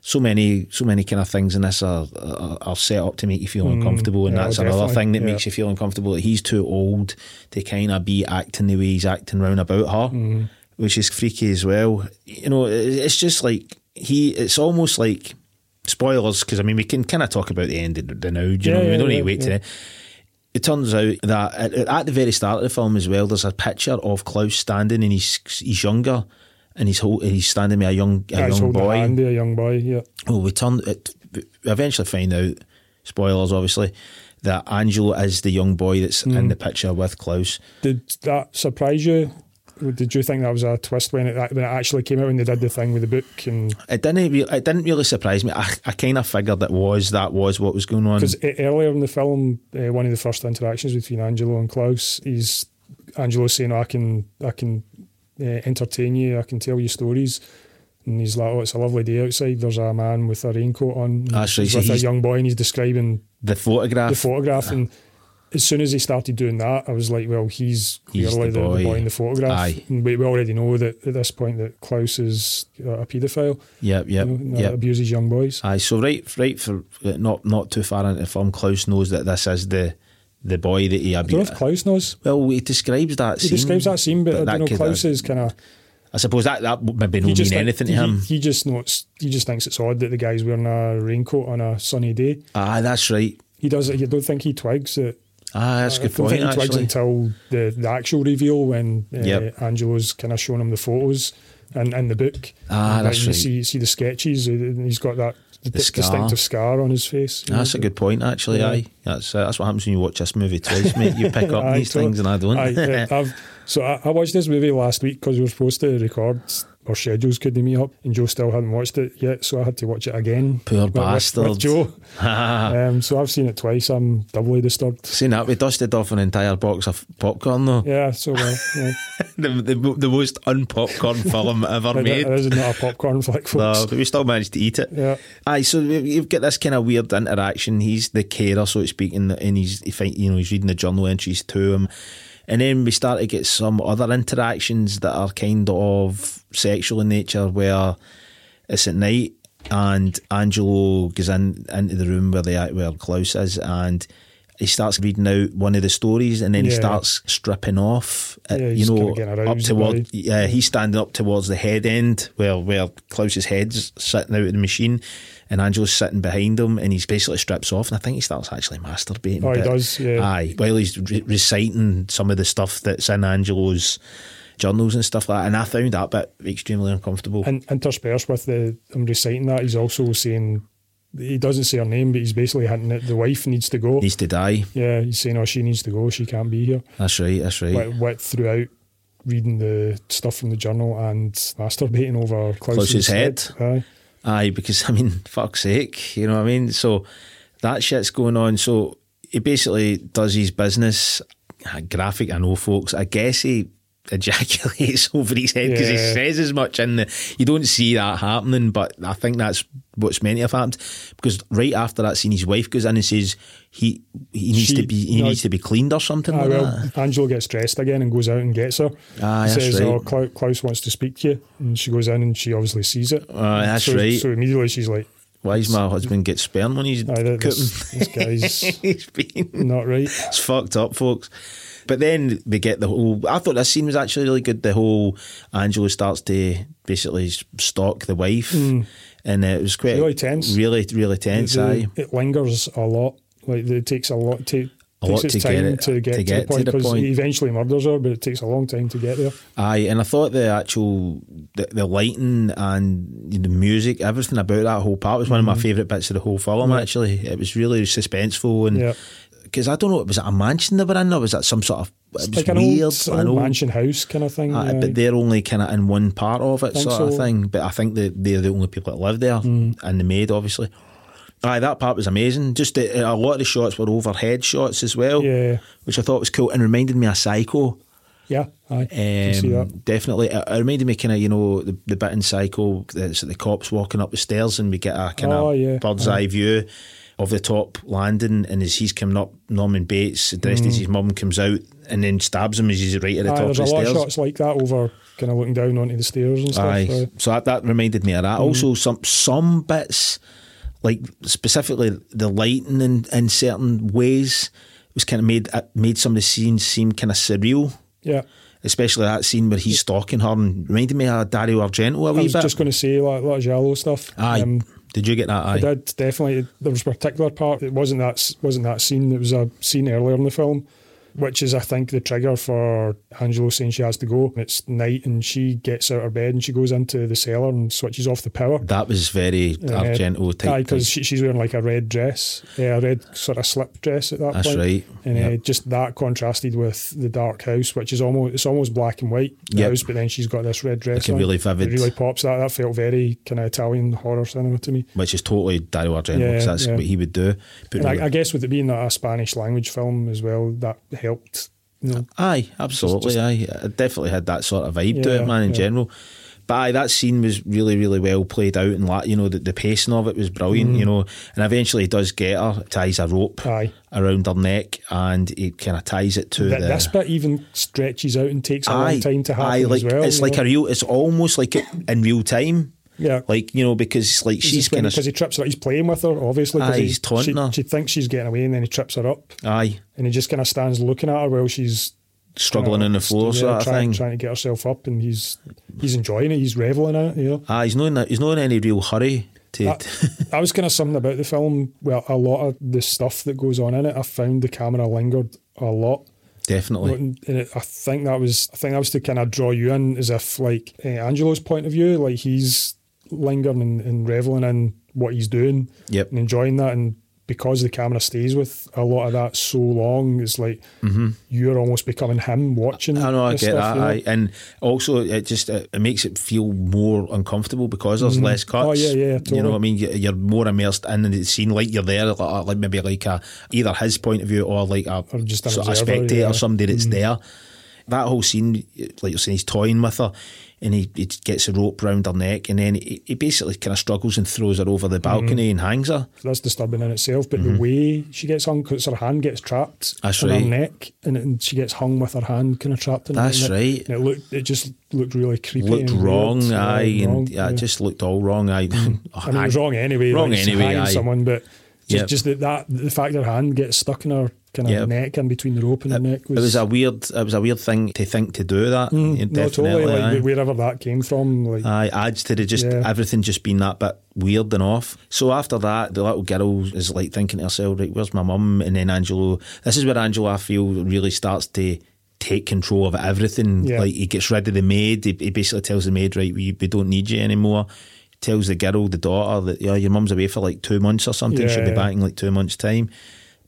[SPEAKER 2] so many, so many kind of things in this are, are are set up to make you feel uncomfortable, and
[SPEAKER 1] Mm, yeah, oh,
[SPEAKER 2] that's another
[SPEAKER 1] definitely,
[SPEAKER 2] thing that
[SPEAKER 1] yeah.
[SPEAKER 2] makes you feel uncomfortable. that He's too old to kind of be acting the way he's acting round about her,
[SPEAKER 1] Mm-hmm.
[SPEAKER 2] which is freaky as well. You know, it- it's just like he. It's almost like spoilers because I mean we can kind of talk about the end of the now. Do you
[SPEAKER 1] Yeah,
[SPEAKER 2] know, we
[SPEAKER 1] yeah,
[SPEAKER 2] don't need
[SPEAKER 1] yeah,
[SPEAKER 2] to wait till
[SPEAKER 1] yeah.
[SPEAKER 2] then. It turns out that at, at the very start of the film as well, there's a picture of Klaus standing and he's he's younger and he's hol- and he's standing with a young a
[SPEAKER 1] guys
[SPEAKER 2] young
[SPEAKER 1] holding
[SPEAKER 2] boy.
[SPEAKER 1] a hand there, a young boy. Yeah,
[SPEAKER 2] Well, we turn it, we eventually find out spoilers, obviously, that Angelo is the young boy that's
[SPEAKER 1] Hmm.
[SPEAKER 2] in the picture with Klaus.
[SPEAKER 1] did that surprise you? Did you think that was a twist when it when it actually came out when they did the thing with the book and
[SPEAKER 2] It didn't re- it didn't really surprise me. I, I kind of figured that was that was what was going on.
[SPEAKER 1] Because e, earlier in the film, uh, one of the first interactions between Angelo and Klaus is Angelo saying, "Oh, "I can, I can uh, entertain you. I can tell you stories." And he's like, "Oh, it's a lovely day outside. There's a man with a raincoat on. and
[SPEAKER 2] That's right,
[SPEAKER 1] he's
[SPEAKER 2] so
[SPEAKER 1] with a
[SPEAKER 2] he's-
[SPEAKER 1] young boy, and he's describing
[SPEAKER 2] The photograph.
[SPEAKER 1] the photograph." And as soon as he started doing that, I was like, "Well, he's
[SPEAKER 2] He's
[SPEAKER 1] clearly the,
[SPEAKER 2] the
[SPEAKER 1] the
[SPEAKER 2] boy.
[SPEAKER 1] boy in the photograph."
[SPEAKER 2] Aye.
[SPEAKER 1] And we, we already know that at this point that Klaus is uh, a paedophile.
[SPEAKER 2] yep, yep,
[SPEAKER 1] you know, uh, that
[SPEAKER 2] yep. Ah,
[SPEAKER 1] abuses young boys.
[SPEAKER 2] Aye, so right, right for uh, not not too far into the film, Klaus knows that this is the the boy that he
[SPEAKER 1] I don't know
[SPEAKER 2] abused.
[SPEAKER 1] if Klaus knows.
[SPEAKER 2] Well, he describes that.
[SPEAKER 1] He
[SPEAKER 2] scene.
[SPEAKER 1] describes that scene, but, I don't know.
[SPEAKER 2] could-
[SPEAKER 1] Klaus is kind of
[SPEAKER 2] I suppose that that would maybe don't mean
[SPEAKER 1] think-
[SPEAKER 2] anything to
[SPEAKER 1] he-
[SPEAKER 2] him.
[SPEAKER 1] He, just knows. He just thinks it's odd that the guy's wearing a raincoat on a sunny day.
[SPEAKER 2] Ah, that's right.
[SPEAKER 1] He does. You don't think he twigs that.
[SPEAKER 2] Ah, that's a
[SPEAKER 1] I
[SPEAKER 2] good
[SPEAKER 1] don't
[SPEAKER 2] point.
[SPEAKER 1] think he twigs
[SPEAKER 2] Actually,
[SPEAKER 1] until the, the actual reveal when uh,
[SPEAKER 2] Yep.
[SPEAKER 1] Angelo's kind of showing him the photos and in the book.
[SPEAKER 2] Ah,
[SPEAKER 1] And
[SPEAKER 2] that's
[SPEAKER 1] you
[SPEAKER 2] right.
[SPEAKER 1] see see the sketches. uh, And he's got that d-
[SPEAKER 2] scar. Ah,
[SPEAKER 1] distinctive scar on his face. you
[SPEAKER 2] that's
[SPEAKER 1] know.
[SPEAKER 2] a good point. Actually,
[SPEAKER 1] Yeah.
[SPEAKER 2] aye, that's uh, that's what happens when you watch this movie twice, mate. You pick up
[SPEAKER 1] Aye,
[SPEAKER 2] these
[SPEAKER 1] totally.
[SPEAKER 2] things and *laughs* I don't.
[SPEAKER 1] Aye,
[SPEAKER 2] *laughs*
[SPEAKER 1] yeah, uh, I've, so I, I watched this movie last week because we were supposed to record. Our schedules couldn't meet up, and Joe still hadn't watched it yet, so I had to watch it again.
[SPEAKER 2] Poor Ah.
[SPEAKER 1] with- with-
[SPEAKER 2] bastard.
[SPEAKER 1] with Joe. Um, so I've seen it twice. I'm doubly disturbed.
[SPEAKER 2] *laughs* Seen that we dusted off an entire box of popcorn though.
[SPEAKER 1] Yeah, so well, yeah.
[SPEAKER 2] *laughs* the, the, the most *laughs* unpopcorn film ever
[SPEAKER 1] It-
[SPEAKER 2] made.
[SPEAKER 1] it is not a popcorn flick,
[SPEAKER 2] No,
[SPEAKER 1] folks.
[SPEAKER 2] but we still managed to eat it.
[SPEAKER 1] Yeah,
[SPEAKER 2] Aye, so you- you've got this kind of weird interaction. He's the carer, so to speak, and, and he's he find, you know he's reading the journal entries to him, and then we start to get some other interactions that are kind of sexual in nature, where it's at night and Angelo goes in into the room where the where Klaus is and. He starts reading out one of the stories, and then he
[SPEAKER 1] Yeah.
[SPEAKER 2] starts stripping off. uh,
[SPEAKER 1] Yeah,
[SPEAKER 2] you
[SPEAKER 1] he's
[SPEAKER 2] know,
[SPEAKER 1] kinda getting
[SPEAKER 2] up
[SPEAKER 1] aroused by-
[SPEAKER 2] toward yeah, he's standing up towards the head end where where Klaus's head's sitting out of the machine, and Angelo's sitting behind him, and he's basically strips off, and I think he starts actually masturbating. a
[SPEAKER 1] Oh, he
[SPEAKER 2] bit.
[SPEAKER 1] does, yeah.
[SPEAKER 2] Aye, while he's re- reciting some of the stuff that's in Angelo's journals and stuff like that, and I found that bit extremely uncomfortable.
[SPEAKER 1] and interspersed with the him reciting that, he's also saying he doesn't say her name, but he's basically hinting that the wife needs to go.
[SPEAKER 2] Needs to die.
[SPEAKER 1] yeah, he's saying, "Oh, she needs to go. She can't be here."
[SPEAKER 2] That's right. That's right.
[SPEAKER 1] Wet, wet throughout reading the stuff from the journal and masturbating over Klaus's,
[SPEAKER 2] Klaus's head.
[SPEAKER 1] Aye.
[SPEAKER 2] Aye, because *laughs* I mean, fuck's sake, you know what I mean? So that shit's going on. So he basically does his business. Ah, Graphic, I know, folks. I guess he *laughs* ejaculates over his head because he
[SPEAKER 1] Yeah.
[SPEAKER 2] says as much in the. You don't see that happening, but I think that's what's meant to have happened. Because right after that scene, his wife goes in and says he he needs
[SPEAKER 1] She-
[SPEAKER 2] to be he
[SPEAKER 1] no.
[SPEAKER 2] needs to be cleaned or something
[SPEAKER 1] Ah,
[SPEAKER 2] like
[SPEAKER 1] well,
[SPEAKER 2] that.
[SPEAKER 1] Angelo gets dressed again and goes out and gets her.
[SPEAKER 2] Ah,
[SPEAKER 1] He
[SPEAKER 2] that's
[SPEAKER 1] says,
[SPEAKER 2] right.
[SPEAKER 1] "Oh, Kla- Klaus wants to speak to you," and she goes in and she obviously sees it.
[SPEAKER 2] Ah, that's
[SPEAKER 1] so,
[SPEAKER 2] right.
[SPEAKER 1] So immediately she's like,
[SPEAKER 2] Why does my husband get sperm when he's
[SPEAKER 1] "Aye, that-
[SPEAKER 2] cooking?
[SPEAKER 1] this, this guy's
[SPEAKER 2] *laughs* he's been
[SPEAKER 1] not right."
[SPEAKER 2] It's fucked up, folks. But then we get the whole. I thought this scene was actually really good. The whole Angela starts to basically stalk the wife, and uh, it was quite
[SPEAKER 1] Hmm. Really tense.
[SPEAKER 2] really really tense.
[SPEAKER 1] The-
[SPEAKER 2] aye,
[SPEAKER 1] it lingers a lot. Like it takes a lot. Take,
[SPEAKER 2] a a lot
[SPEAKER 1] takes
[SPEAKER 2] to
[SPEAKER 1] its
[SPEAKER 2] get
[SPEAKER 1] time
[SPEAKER 2] it
[SPEAKER 1] to get to, the point because he eventually murders her, but it takes a long time to get there.
[SPEAKER 2] Aye, and I thought the actual the, the lighting and the music, everything about that whole part was one
[SPEAKER 1] Hmm.
[SPEAKER 2] of my favourite bits of the whole film. Actually, it was really suspenseful
[SPEAKER 1] Yeah.
[SPEAKER 2] and because I don't know, was it a mansion they were in, or was that some sort of it was
[SPEAKER 1] Like an
[SPEAKER 2] weird,
[SPEAKER 1] old, old,
[SPEAKER 2] an old-
[SPEAKER 1] mansion house kind of thing. uh,
[SPEAKER 2] Aye,
[SPEAKER 1] yeah.
[SPEAKER 2] Uh, but they're only kind of in one part of it,
[SPEAKER 1] Think
[SPEAKER 2] sort
[SPEAKER 1] so.
[SPEAKER 2] of
[SPEAKER 1] Mm.
[SPEAKER 2] thing. But I think that they're the only people that live there, and the maid, obviously. Aye, that part was amazing. Just the, a lot of the shots were overhead shots as well,
[SPEAKER 1] Yeah.
[SPEAKER 2] which I thought was cool and reminded me of Psycho.
[SPEAKER 1] yeah, aye. I can see that.
[SPEAKER 2] Um, definitely, it, it reminded me kind of you know the, the bit in Psycho that's the cops walking up the stairs and we get a kind of
[SPEAKER 1] Oh, yeah.
[SPEAKER 2] bird's eye view of the top landing, and as he's coming up, Norman Bates dressed as his mum comes out and then stabs him as he's right at the
[SPEAKER 1] Mm. Aye,
[SPEAKER 2] top of
[SPEAKER 1] there's a
[SPEAKER 2] the
[SPEAKER 1] lot
[SPEAKER 2] stairs.
[SPEAKER 1] of shots like that over kind of looking down onto the stairs and stuff. Mm.
[SPEAKER 2] Aye.
[SPEAKER 1] so-
[SPEAKER 2] So that, that reminded me of that. Also, some some bits, like specifically the lighting in, in certain ways, was kind of made uh, made some of the scenes seem kind of surreal.
[SPEAKER 1] yeah.
[SPEAKER 2] Especially that scene where he's stalking her and reminded me of Dario Argento a
[SPEAKER 1] I
[SPEAKER 2] wee
[SPEAKER 1] was
[SPEAKER 2] bit.
[SPEAKER 1] just going to say, like, a lot of Giallo stuff.
[SPEAKER 2] aye.
[SPEAKER 1] Um,
[SPEAKER 2] Did you get that?
[SPEAKER 1] I
[SPEAKER 2] Aye.
[SPEAKER 1] did definitely. There was a particular part. It wasn't that wasn't that scene. It was a scene earlier in the film, which is I think the trigger for Angelo saying she has to go. It's night and she gets out of bed and she goes into the cellar and switches off the power.
[SPEAKER 2] That was very
[SPEAKER 1] uh,
[SPEAKER 2] Argento type.
[SPEAKER 1] because she, she's wearing like a red dress, yeah, a red sort of slip dress at that
[SPEAKER 2] That's
[SPEAKER 1] point.
[SPEAKER 2] right,
[SPEAKER 1] And uh,
[SPEAKER 2] yep.
[SPEAKER 1] just that contrasted with the dark house, which is almost it's almost black and white the
[SPEAKER 2] Yep.
[SPEAKER 1] house, but then she's got this red dress.
[SPEAKER 2] Looking
[SPEAKER 1] on.
[SPEAKER 2] really vivid.
[SPEAKER 1] It really pops that. That felt very kind of Italian horror cinema to me.
[SPEAKER 2] which is totally Dario Argento
[SPEAKER 1] Yeah,
[SPEAKER 2] 'cause that's
[SPEAKER 1] yeah.
[SPEAKER 2] what he would do. But
[SPEAKER 1] And I, I guess with it being a Spanish language film as well, that helped. You know,
[SPEAKER 2] Aye, absolutely. aye, it definitely had that sort of vibe to
[SPEAKER 1] Yeah,
[SPEAKER 2] it, man. In
[SPEAKER 1] yeah.
[SPEAKER 2] general, but aye, that scene was really, really well played out, and la- you know the, the pacing of it was brilliant. You know, and eventually he does get her, ties a rope
[SPEAKER 1] Mm. Aye.
[SPEAKER 2] around her neck, and he kind of ties it to
[SPEAKER 1] that,
[SPEAKER 2] the.
[SPEAKER 1] this bit even stretches out and takes a long time to happen
[SPEAKER 2] aye,
[SPEAKER 1] as
[SPEAKER 2] like
[SPEAKER 1] well.
[SPEAKER 2] it's
[SPEAKER 1] you
[SPEAKER 2] like
[SPEAKER 1] know.
[SPEAKER 2] a real. It's almost like it in real time.
[SPEAKER 1] Yeah.
[SPEAKER 2] like you know because like she's kind of
[SPEAKER 1] because he trips her. He's playing with her, obviously. 'cause
[SPEAKER 2] Aye,
[SPEAKER 1] he-
[SPEAKER 2] he's taunting
[SPEAKER 1] she,
[SPEAKER 2] her.
[SPEAKER 1] she thinks she's getting away, and then he trips her up,
[SPEAKER 2] aye
[SPEAKER 1] and he just kind of stands looking at her while she's you know,
[SPEAKER 2] struggling on the floor
[SPEAKER 1] Oh, yeah,
[SPEAKER 2] sort of
[SPEAKER 1] trying,
[SPEAKER 2] thing.
[SPEAKER 1] trying to get herself up, and he's he's enjoying it. He's reveling in it. You
[SPEAKER 2] *laughs*
[SPEAKER 1] know.
[SPEAKER 2] Aye, he's not in, a- he's not in any real hurry to.
[SPEAKER 1] that, that was kind of something about the film. Well, a lot of the stuff that goes on in it, I found the camera lingered a lot.
[SPEAKER 2] *laughs* definitely.
[SPEAKER 1] And it, uh, I think that was I think that was to kind of draw you in as if like eh, Angelo's point of view, like he's lingering and, and reveling in what he's doing,
[SPEAKER 2] Yep.
[SPEAKER 1] and enjoying that. And because the camera stays with a lot of that so long, it's like you're almost becoming him watching.
[SPEAKER 2] Mm-hmm. I know, I
[SPEAKER 1] this
[SPEAKER 2] get
[SPEAKER 1] stuff,
[SPEAKER 2] that.
[SPEAKER 1] you know?
[SPEAKER 2] aye. And also, it just it, it makes it feel more uncomfortable because there's less cuts.
[SPEAKER 1] Oh, yeah, yeah,
[SPEAKER 2] You know
[SPEAKER 1] totally.
[SPEAKER 2] what I mean? You- You're more immersed in the scene, like you're there, like, uh, like maybe like a, either his point of view or like a,
[SPEAKER 1] Or just an
[SPEAKER 2] sort of a
[SPEAKER 1] observer,
[SPEAKER 2] spectator,
[SPEAKER 1] yeah. Mm.
[SPEAKER 2] somebody that's there. That whole scene, like you're saying, he's toying with her and he, he gets a rope round her neck and then he, he basically kind of struggles and throws her over the
[SPEAKER 1] Mm.
[SPEAKER 2] balcony and hangs her.
[SPEAKER 1] that's disturbing in itself. But the way she gets hung, because her hand gets trapped
[SPEAKER 2] Mm-hmm. That's
[SPEAKER 1] in
[SPEAKER 2] right.
[SPEAKER 1] her neck, and, and she gets hung with her hand kind of trapped in
[SPEAKER 2] That's
[SPEAKER 1] her neck.
[SPEAKER 2] right.
[SPEAKER 1] And it looked, it just looked really creepy.
[SPEAKER 2] Looked
[SPEAKER 1] and
[SPEAKER 2] wrong,
[SPEAKER 1] weird.
[SPEAKER 2] aye, and
[SPEAKER 1] wrong,
[SPEAKER 2] yeah,
[SPEAKER 1] yeah. Mm.
[SPEAKER 2] just looked all wrong. Aye. *laughs*
[SPEAKER 1] I mean, it was wrong anyway.
[SPEAKER 2] Wrong
[SPEAKER 1] like, she's
[SPEAKER 2] anyway,
[SPEAKER 1] hanging
[SPEAKER 2] aye.
[SPEAKER 1] someone, but just,
[SPEAKER 2] Yep.
[SPEAKER 1] just that, that the fact her hand gets stuck in her kind of
[SPEAKER 2] Yep.
[SPEAKER 1] neck and between the rope and the neck was,
[SPEAKER 2] it was a weird it was a weird thing to think to do that Yeah,
[SPEAKER 1] no,
[SPEAKER 2] definitely
[SPEAKER 1] totally like
[SPEAKER 2] aye.
[SPEAKER 1] wherever that came from. Like
[SPEAKER 2] Aye, adds to the just
[SPEAKER 1] Yeah.
[SPEAKER 2] everything just being that bit weird and off. So after that, the little girl is like thinking to herself, right, where's my mum? And then Angelo, this is where Angelo, I feel, really starts to take control of everything.
[SPEAKER 1] Yeah.
[SPEAKER 2] Like he gets rid of the maid. He, he basically tells the maid, right, we, we don't need you anymore. Tells the girl, the daughter, that yeah, your mum's away for like two months or something. She'll be
[SPEAKER 1] Yeah.
[SPEAKER 2] back in like two months' time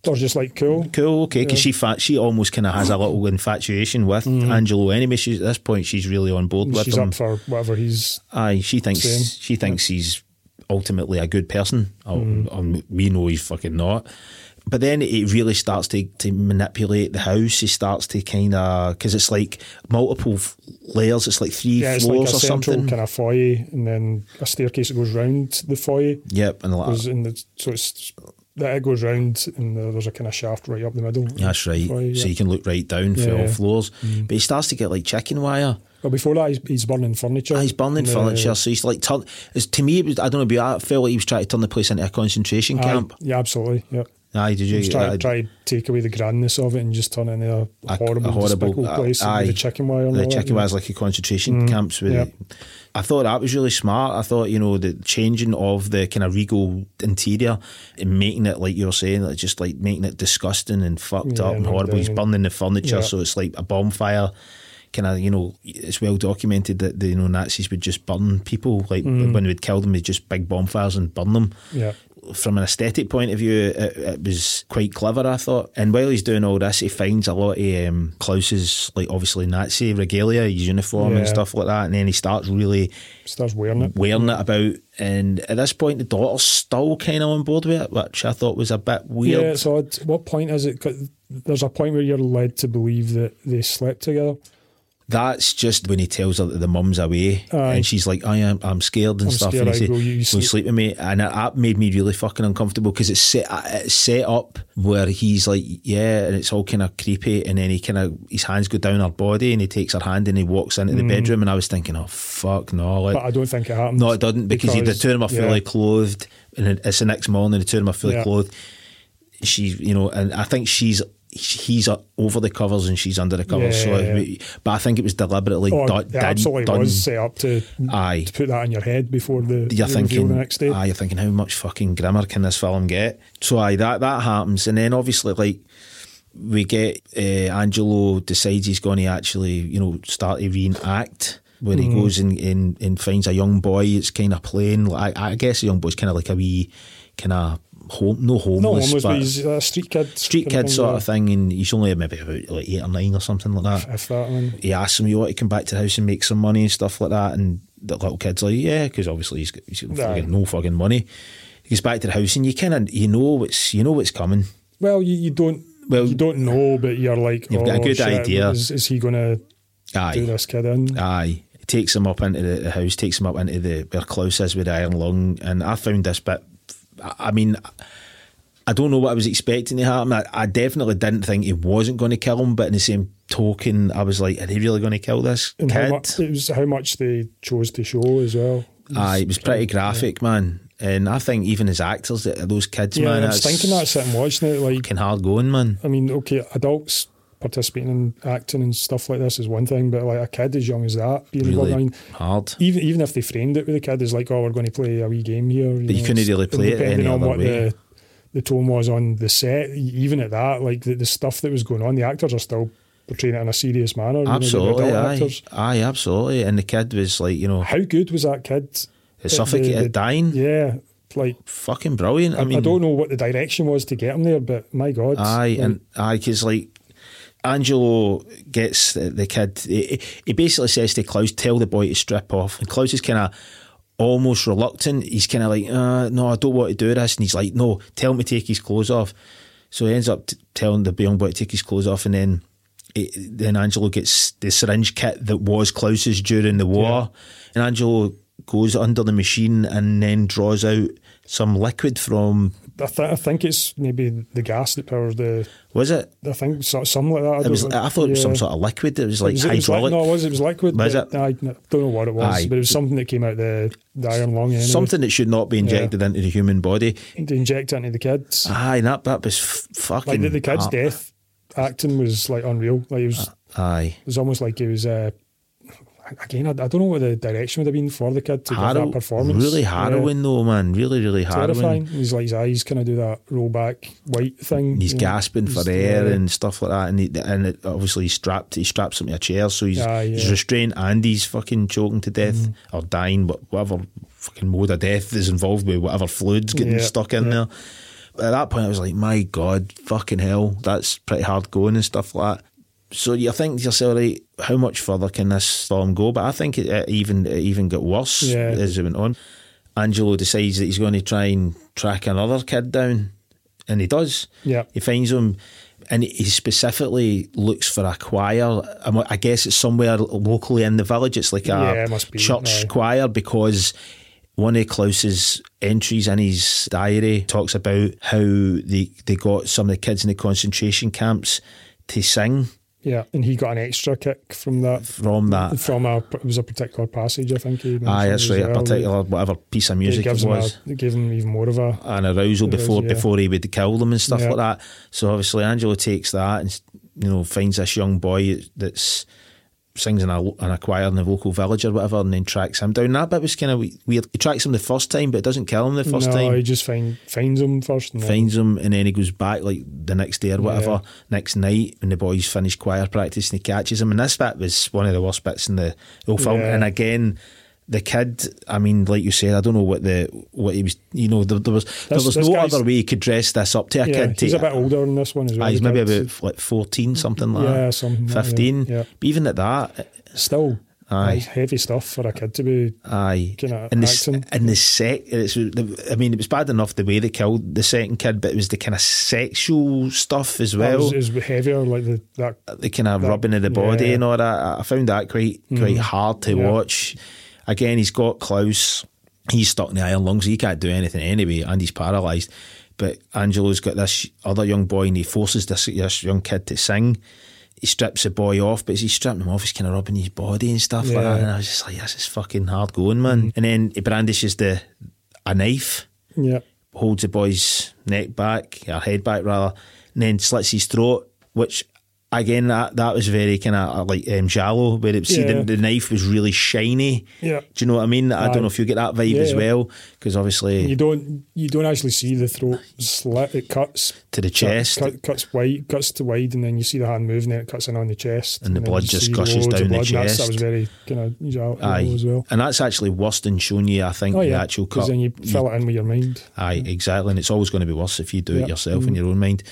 [SPEAKER 1] or just like cool.
[SPEAKER 2] cool, okay, because she fa- she almost kind of has a little infatuation with Angelo anyway. She's at this point, she's really on board with
[SPEAKER 1] Mm-hmm. She's
[SPEAKER 2] him.
[SPEAKER 1] up for whatever he's.
[SPEAKER 2] Aye, she thinks
[SPEAKER 1] Same.
[SPEAKER 2] she thinks he's ultimately a good person. Oh,
[SPEAKER 1] Mm-hmm.
[SPEAKER 2] um, we know he's fucking not. But then it really starts to, to manipulate the house. He starts to kind of because it's like multiple f- layers. It's like three
[SPEAKER 1] Yeah, it's like a
[SPEAKER 2] floors or
[SPEAKER 1] central
[SPEAKER 2] something.
[SPEAKER 1] kind of foyer, and then a staircase that goes round the foyer.
[SPEAKER 2] yep, and like,
[SPEAKER 1] goes in the so it's that it goes round and there- there's a kind of shaft right up the middle.
[SPEAKER 2] that's right.
[SPEAKER 1] Foyer, yeah.
[SPEAKER 2] So you can look right down for all
[SPEAKER 1] Yeah. Mm-hmm.
[SPEAKER 2] floors. But he starts to get like chicken wire.
[SPEAKER 1] But before that, he's, he's burning furniture.
[SPEAKER 2] Ah, he's burning
[SPEAKER 1] And, uh,
[SPEAKER 2] furniture. So he's like, turn, it's, to me, it was, I don't know, but I felt like he was trying to turn the place into a concentration
[SPEAKER 1] aye,
[SPEAKER 2] camp.
[SPEAKER 1] Yeah, absolutely. Yeah,
[SPEAKER 2] Aye, did you?
[SPEAKER 1] Just try,
[SPEAKER 2] aye,
[SPEAKER 1] try to take away the grandness of it and just turn it into a,
[SPEAKER 2] a-
[SPEAKER 1] horrible,
[SPEAKER 2] a
[SPEAKER 1] despicable
[SPEAKER 2] uh,
[SPEAKER 1] place with
[SPEAKER 2] aye.
[SPEAKER 1] the chicken wire. And
[SPEAKER 2] The
[SPEAKER 1] all
[SPEAKER 2] chicken
[SPEAKER 1] that, Mm,
[SPEAKER 2] wires like a concentration camps. With
[SPEAKER 1] yep.
[SPEAKER 2] it. I thought that was really smart. I thought you know the changing of the kind of regal interior and making it like you were saying, like just like making it disgusting and fucked
[SPEAKER 1] Yeah,
[SPEAKER 2] up
[SPEAKER 1] and
[SPEAKER 2] and horrible. He's
[SPEAKER 1] down.
[SPEAKER 2] burning the furniture,
[SPEAKER 1] Yeah.
[SPEAKER 2] so it's like a bonfire. Kind of, you know, it's well documented that the you know Nazis would just burn people. Like
[SPEAKER 1] Mm.
[SPEAKER 2] when they would kill them, they just big bonfires and burn them
[SPEAKER 1] Yeah.
[SPEAKER 2] from an aesthetic point of view, it, it was quite clever, I thought. And while he's doing all this, he finds a lot of um, Klaus's, like obviously Nazi regalia, his uniform and
[SPEAKER 1] Yeah.
[SPEAKER 2] stuff like that. And then he starts really
[SPEAKER 1] Starts wearing it.
[SPEAKER 2] wearing it about. And at this point, the daughter's still kind of on board with it, which I thought was a bit weird.
[SPEAKER 1] Yeah, so at what point is it? 'cause There's a point where you're led to believe that they slept together.
[SPEAKER 2] That's just when he tells her that the mum's away,
[SPEAKER 1] Aye.
[SPEAKER 2] and she's like, "I am, I'm scared
[SPEAKER 1] I'm
[SPEAKER 2] and stuff."
[SPEAKER 1] scared,
[SPEAKER 2] and he
[SPEAKER 1] aye,
[SPEAKER 2] said,
[SPEAKER 1] will you
[SPEAKER 2] "Will you
[SPEAKER 1] sleep-
[SPEAKER 2] sleep with me?" And it- that made me really fucking uncomfortable because it's set, it's set up where he's like, "Yeah," and it's all kind of creepy. And then he kind of his hands go down her body, and he takes her hand and he walks into the
[SPEAKER 1] Mm.
[SPEAKER 2] bedroom. And I was thinking, "Oh fuck, no!" Like,
[SPEAKER 1] But I don't think it happened.
[SPEAKER 2] no, it doesn't because, he- the two of them are
[SPEAKER 1] yeah.
[SPEAKER 2] fully clothed, and it- it's the next morning. The two of them are fully
[SPEAKER 1] Yeah.
[SPEAKER 2] clothed. She, you know, and I think she's he's uh, over the covers and she's under the covers.
[SPEAKER 1] Yeah,
[SPEAKER 2] so,
[SPEAKER 1] yeah,
[SPEAKER 2] it- but I think it was deliberately
[SPEAKER 1] Oh,
[SPEAKER 2] done.
[SPEAKER 1] it absolutely
[SPEAKER 2] done.
[SPEAKER 1] was set up to,
[SPEAKER 2] Aye.
[SPEAKER 1] to put that in your head before the, the
[SPEAKER 2] You're
[SPEAKER 1] reveal
[SPEAKER 2] thinking,
[SPEAKER 1] the next day.
[SPEAKER 2] aye, you're thinking, how much fucking grammar can this film get? So, aye, that that happens, and then obviously, like we get uh, Angelo decides he's going to actually, you know, start to reenact when he goes and, and, and finds a young boy. It's kind of playing. Like, I, I guess a young boy's kind of like a wee kind of home, no homeless,
[SPEAKER 1] no, almost,
[SPEAKER 2] but
[SPEAKER 1] but he's a street kid.
[SPEAKER 2] street
[SPEAKER 1] kinda
[SPEAKER 2] kid
[SPEAKER 1] thing,
[SPEAKER 2] sort
[SPEAKER 1] yeah.
[SPEAKER 2] of thing, and he's only maybe about like eight or nine or something like that
[SPEAKER 1] If that one.
[SPEAKER 2] he asks him, "You want to come back to the house and make some money and stuff like that?" And the little kid's like, "Yeah," because obviously he's got, he's got
[SPEAKER 1] Aye.
[SPEAKER 2] fucking no fucking money. He goes back to the house, and you kind of you know what's you know what's coming.
[SPEAKER 1] Well, you, you don't.
[SPEAKER 2] Well-
[SPEAKER 1] you don't know, but you're like,
[SPEAKER 2] You've
[SPEAKER 1] oh,
[SPEAKER 2] got a good
[SPEAKER 1] shit,
[SPEAKER 2] idea."
[SPEAKER 1] Is, is he going to do
[SPEAKER 2] Aye,
[SPEAKER 1] this kid in?
[SPEAKER 2] aye. He takes him up into the, the house, takes him up into the where Klaus is with the iron lung, and I found this bit. I I mean, I don't know what I was expecting to happen. I, I definitely didn't think he wasn't going to kill him, but in the same token, I was like, "Are they really going to kill this
[SPEAKER 1] and
[SPEAKER 2] kid?"
[SPEAKER 1] how much it was how much they chose to show as well.
[SPEAKER 2] Aye, it was pretty graphic, man. And I think even as actors, th- those kids,
[SPEAKER 1] Yeah,
[SPEAKER 2] man,
[SPEAKER 1] I
[SPEAKER 2] that's
[SPEAKER 1] was thinking that sitting watching it. Like,
[SPEAKER 2] fucking hard going, man.
[SPEAKER 1] I mean, okay, adults participating in acting and stuff like this is one thing, but like a kid as young as that being involved,
[SPEAKER 2] Really
[SPEAKER 1] I mean,
[SPEAKER 2] hard.
[SPEAKER 1] even even if they framed it with a kid as like, oh, we're going to play a wee game here, you
[SPEAKER 2] But you couldn't
[SPEAKER 1] it's-
[SPEAKER 2] really play it
[SPEAKER 1] depending
[SPEAKER 2] any
[SPEAKER 1] on
[SPEAKER 2] other
[SPEAKER 1] what
[SPEAKER 2] way.
[SPEAKER 1] the the tone was on the set. e- Even at that, like the, the stuff that was going on, the actors are still portraying it in a serious manner. you know, the
[SPEAKER 2] Absolutely,
[SPEAKER 1] adult
[SPEAKER 2] aye,
[SPEAKER 1] actors.
[SPEAKER 2] aye, absolutely. And the kid was like, you know,
[SPEAKER 1] How good was that kid?
[SPEAKER 2] it suffocated,
[SPEAKER 1] the-
[SPEAKER 2] dying,
[SPEAKER 1] Yeah, like
[SPEAKER 2] fucking brilliant. I,
[SPEAKER 1] I,
[SPEAKER 2] mean,
[SPEAKER 1] I don't know what the direction was to get him there, but my God.
[SPEAKER 2] Aye,
[SPEAKER 1] like,
[SPEAKER 2] and aye, because like Angelo gets the, the kid. He, he basically says to Klaus, "Tell the boy to strip off." And Klaus is kind of almost reluctant. He's kind of like, uh, "No, I don't want to do this." And he's like, "No, tell him to take his clothes off." So he ends up t- telling the young boy to take his clothes off, and then. It, then Angelo gets the syringe kit that was Klaus's during the war, and Angelo goes under the machine and then draws out some liquid from
[SPEAKER 1] I, th- I think it's maybe the gas that powers the.
[SPEAKER 2] was it
[SPEAKER 1] I think so, something like that. I,
[SPEAKER 2] It
[SPEAKER 1] don't
[SPEAKER 2] was.
[SPEAKER 1] know.
[SPEAKER 2] I thought it was some
[SPEAKER 1] Yeah.
[SPEAKER 2] sort of liquid. It was
[SPEAKER 1] It
[SPEAKER 2] like
[SPEAKER 1] was- it was li-
[SPEAKER 2] hydraulic,
[SPEAKER 1] no, it was. It was liquid.
[SPEAKER 2] Was
[SPEAKER 1] but
[SPEAKER 2] it?
[SPEAKER 1] I n- don't know what it was,
[SPEAKER 2] Aye.
[SPEAKER 1] but it was something that came out of the, the iron lung. Anyway,
[SPEAKER 2] something that should not be injected into the human body.
[SPEAKER 1] to inject into the kids.
[SPEAKER 2] Aye, that that was f- Ah, fucking.
[SPEAKER 1] like the, the kid's
[SPEAKER 2] ah,
[SPEAKER 1] death acting was like unreal. Like it was,
[SPEAKER 2] Aye,
[SPEAKER 1] it was almost like it was. Uh, again, I, I don't know what the direction would have been for the kid to give
[SPEAKER 2] Harrow-
[SPEAKER 1] that performance.
[SPEAKER 2] really
[SPEAKER 1] Yeah.
[SPEAKER 2] harrowing though, man. Really, really harrowing.
[SPEAKER 1] terrifying. He's like his eyes kind of do that roll back white thing.
[SPEAKER 2] And he's
[SPEAKER 1] you know.
[SPEAKER 2] gasping for
[SPEAKER 1] He's-
[SPEAKER 2] air
[SPEAKER 1] yeah.
[SPEAKER 2] and stuff like that, and he, and it, obviously he's strapped. He straps him to a chair, so he's,
[SPEAKER 1] Aye,
[SPEAKER 2] he's
[SPEAKER 1] Ah, yeah. Mm.
[SPEAKER 2] restrained and he's fucking choking to death or dying, wh- whatever fucking mode of death is involved with whatever fluids getting
[SPEAKER 1] Yeah,
[SPEAKER 2] stuck in
[SPEAKER 1] yeah.
[SPEAKER 2] there. But at that point, I was like, my god, fucking hell, that's pretty hard going and stuff like that. So you think to yourself, right, how much further can this storm go? But I think it, it even it even got worse
[SPEAKER 1] Yeah.
[SPEAKER 2] as it went on. Angelo decides that he's going to try and track another kid down, and he does.
[SPEAKER 1] Yeah.
[SPEAKER 2] He finds him, and he specifically looks for a choir. Um, I guess it's somewhere locally in the village. It's like a
[SPEAKER 1] Yeah, it must be,
[SPEAKER 2] church
[SPEAKER 1] aye.
[SPEAKER 2] choir because one of Klaus's entries in his diary talks about how they, they got some of the kids in the concentration camps to sing
[SPEAKER 1] Yeah, and he got an extra kick from that.
[SPEAKER 2] from that.
[SPEAKER 1] From a it was a particular passage, I think. He mentioned
[SPEAKER 2] Aye, that's
[SPEAKER 1] as
[SPEAKER 2] right. A
[SPEAKER 1] well.
[SPEAKER 2] particular whatever piece of
[SPEAKER 1] It
[SPEAKER 2] music
[SPEAKER 1] gives
[SPEAKER 2] it
[SPEAKER 1] him a-
[SPEAKER 2] was.
[SPEAKER 1] it gave him even more of a
[SPEAKER 2] an arousal
[SPEAKER 1] It was,
[SPEAKER 2] before
[SPEAKER 1] yeah.
[SPEAKER 2] before he would kill them and stuff
[SPEAKER 1] Yeah.
[SPEAKER 2] like that. So obviously Angelo takes that and you know finds this young boy that's sings in a, in a choir in the local village or whatever, and then tracks him down. That bit was kind of weird. He tracks him the first time, but it doesn't kill him the first
[SPEAKER 1] no,
[SPEAKER 2] time.
[SPEAKER 1] he just find, finds him first. And then-
[SPEAKER 2] Finds him and then he goes back like the next day or whatever, next night, when the boys finish choir practice and he catches him. And this bit was one of the worst bits in the whole film.
[SPEAKER 1] Yeah.
[SPEAKER 2] And again, the kid, I mean, like you said, I don't know what the what he was. You know, there, there was there
[SPEAKER 1] This-
[SPEAKER 2] was
[SPEAKER 1] this
[SPEAKER 2] no
[SPEAKER 1] guy's-
[SPEAKER 2] other way you could dress this up to a
[SPEAKER 1] yeah,
[SPEAKER 2] kid.
[SPEAKER 1] he's
[SPEAKER 2] to-
[SPEAKER 1] a bit older in this one as well.
[SPEAKER 2] Ah, he's
[SPEAKER 1] the
[SPEAKER 2] maybe
[SPEAKER 1] kid.
[SPEAKER 2] about like fourteen, something like
[SPEAKER 1] yeah,
[SPEAKER 2] that.
[SPEAKER 1] something like that, yeah,
[SPEAKER 2] fifteen.
[SPEAKER 1] yeah.
[SPEAKER 2] But even at that,
[SPEAKER 1] still
[SPEAKER 2] Aye.
[SPEAKER 1] that's heavy stuff for a kid to be
[SPEAKER 2] Aye,
[SPEAKER 1] Kinda
[SPEAKER 2] and the
[SPEAKER 1] acting.
[SPEAKER 2] and the sex. It's, the- I mean, it was bad enough the way they killed the second kid, but it was the kind of sexual stuff as
[SPEAKER 1] that was-
[SPEAKER 2] well.
[SPEAKER 1] is heavier like the that
[SPEAKER 2] the kind of
[SPEAKER 1] that-
[SPEAKER 2] rubbing of the body
[SPEAKER 1] yeah. Mm.
[SPEAKER 2] and all that. I- I found that quite quite hard to
[SPEAKER 1] Yeah.
[SPEAKER 2] watch. Again, he's got Klaus. He's stuck in the iron lungs. He can't do anything anyway, and he's paralysed. But Angelo's got this other young boy, and he forces this, this young kid to sing. He strips the boy off, but as he's stripping him off, he's kind of rubbing his body and stuff like
[SPEAKER 1] Yeah. Mm.
[SPEAKER 2] that. And I was just like, "This is fucking hard going, man." And then he brandishes the a knife
[SPEAKER 1] yeah
[SPEAKER 2] holds the boy's neck back, or head back rather, and then slits his throat, which again that that was very kind of like um, shallow, where it see
[SPEAKER 1] Yeah.
[SPEAKER 2] the, the knife was really shiny.
[SPEAKER 1] Yeah.
[SPEAKER 2] Do you know what I mean? I
[SPEAKER 1] Aye.
[SPEAKER 2] don't know if you get that vibe
[SPEAKER 1] Yeah,
[SPEAKER 2] as
[SPEAKER 1] yeah.
[SPEAKER 2] well, because obviously
[SPEAKER 1] you don't you don't actually see the throat slit it cuts
[SPEAKER 2] to the
[SPEAKER 1] cut-
[SPEAKER 2] chest.
[SPEAKER 1] cut, cuts wide cuts to wide and then you see the hand moving and it cuts in on the chest
[SPEAKER 2] And the
[SPEAKER 1] then
[SPEAKER 2] blood
[SPEAKER 1] you
[SPEAKER 2] just
[SPEAKER 1] see
[SPEAKER 2] gushes
[SPEAKER 1] loads of
[SPEAKER 2] down the
[SPEAKER 1] blood, and that's-
[SPEAKER 2] chest.
[SPEAKER 1] that was very kind of
[SPEAKER 2] Aye,
[SPEAKER 1] as well
[SPEAKER 2] and that's actually worse than showing you. I think
[SPEAKER 1] oh
[SPEAKER 2] the
[SPEAKER 1] yeah
[SPEAKER 2] actual
[SPEAKER 1] because
[SPEAKER 2] cut.
[SPEAKER 1] then you
[SPEAKER 2] You-
[SPEAKER 1] fill it in with your mind
[SPEAKER 2] Aye, exactly. And it's always going to be worse if you do
[SPEAKER 1] Mm. Yeah. Mm.
[SPEAKER 2] it yourself in your own mind.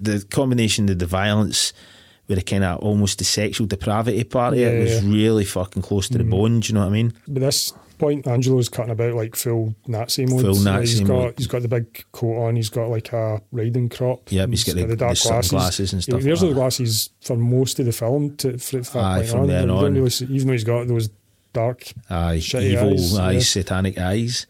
[SPEAKER 2] The combination of the violence with the kind of almost the sexual depravity part of it
[SPEAKER 1] Yeah,
[SPEAKER 2] was
[SPEAKER 1] yeah. Mm.
[SPEAKER 2] really fucking close to the bone. Do you know what I mean?
[SPEAKER 1] But this point, Angelo's cutting about like full Nazi mode.
[SPEAKER 2] Full
[SPEAKER 1] Like,
[SPEAKER 2] Nazi
[SPEAKER 1] he's got
[SPEAKER 2] mode.
[SPEAKER 1] he's got the big coat on. He's got like a riding crop.
[SPEAKER 2] Yep, he's got the- the sunglasses and stuff
[SPEAKER 1] He wears
[SPEAKER 2] like
[SPEAKER 1] the glasses for most of the film. To, for, for that
[SPEAKER 2] Aye,
[SPEAKER 1] point
[SPEAKER 2] from
[SPEAKER 1] on.
[SPEAKER 2] then
[SPEAKER 1] You don't
[SPEAKER 2] on.
[SPEAKER 1] really see- even though he's got those dark.
[SPEAKER 2] Aye,
[SPEAKER 1] Shitty
[SPEAKER 2] evil eyes,
[SPEAKER 1] eyes, yeah.
[SPEAKER 2] satanic eyes.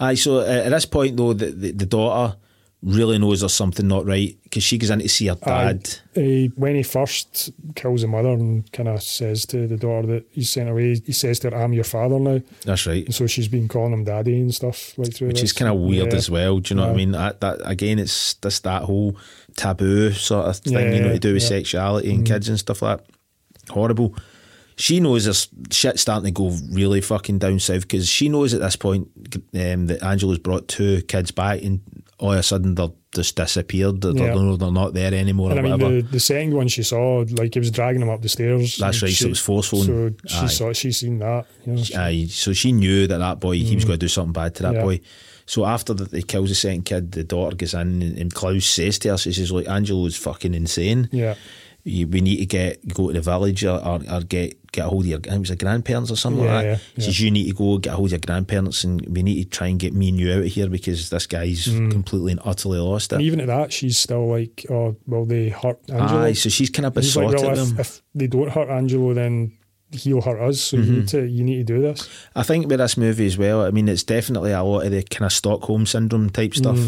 [SPEAKER 2] Aye, so uh, at this point though, the, the, the daughter really knows there's something not right because she goes in to see her dad.
[SPEAKER 1] Aye. He- when he first kills the mother and kind of says to the daughter that he's sent away, he says to her, "I'm your father now,"
[SPEAKER 2] That's right.
[SPEAKER 1] and so she's been calling him daddy and stuff like through.
[SPEAKER 2] which
[SPEAKER 1] this.
[SPEAKER 2] is kind of weird
[SPEAKER 1] Yeah.
[SPEAKER 2] as well. Do you know what I
[SPEAKER 1] Yeah.
[SPEAKER 2] mean? That, that again, it's just that whole taboo sort of thing, you know,
[SPEAKER 1] Yeah,
[SPEAKER 2] to do with
[SPEAKER 1] yeah. Mm.
[SPEAKER 2] sexuality and kids and stuff like that. Horrible. She knows this shit starting to go really fucking down south because she knows at this point um, that Angela's brought two kids back and all of a sudden they're just disappeared. They're,
[SPEAKER 1] Yeah.
[SPEAKER 2] they're, no- they're not there anymore
[SPEAKER 1] And
[SPEAKER 2] or
[SPEAKER 1] I mean,
[SPEAKER 2] whatever.
[SPEAKER 1] the, the second one she saw, like he was dragging him up the stairs.
[SPEAKER 2] That's
[SPEAKER 1] and
[SPEAKER 2] right, so
[SPEAKER 1] she-
[SPEAKER 2] it was forceful
[SPEAKER 1] So
[SPEAKER 2] and- aye.
[SPEAKER 1] she saw, she seen that. You know,
[SPEAKER 2] Aye, so she knew that that boy, he was going to do something bad to that
[SPEAKER 1] Mm. Yeah.
[SPEAKER 2] boy. So after that, he kills the second kid, the daughter goes in, and, and Klaus says to her, she says, like, Angelo's fucking insane.
[SPEAKER 1] yeah,
[SPEAKER 2] You, we need to get go to the village or, or, or get get a hold of your I think it was your grandparents or something
[SPEAKER 1] Yeah,
[SPEAKER 2] like that.
[SPEAKER 1] yeah,
[SPEAKER 2] She
[SPEAKER 1] yeah.
[SPEAKER 2] says you need to go get a hold of your grandparents and we need to try and get me and you out of here because this guy's
[SPEAKER 1] Mm.
[SPEAKER 2] completely and utterly lost
[SPEAKER 1] and
[SPEAKER 2] it.
[SPEAKER 1] even at that, she's still like, "Oh, well, they hurt Angelo."
[SPEAKER 2] Aye, so she's kind of
[SPEAKER 1] He's like,
[SPEAKER 2] besotted
[SPEAKER 1] "Well,
[SPEAKER 2] them.
[SPEAKER 1] if, if they don't hurt Angelo, then he'll hurt us. So
[SPEAKER 2] Mm-hmm.
[SPEAKER 1] you need to, you need to do this."
[SPEAKER 2] I think with this movie as well, I mean, it's definitely a lot of the kind of Stockholm syndrome type stuff.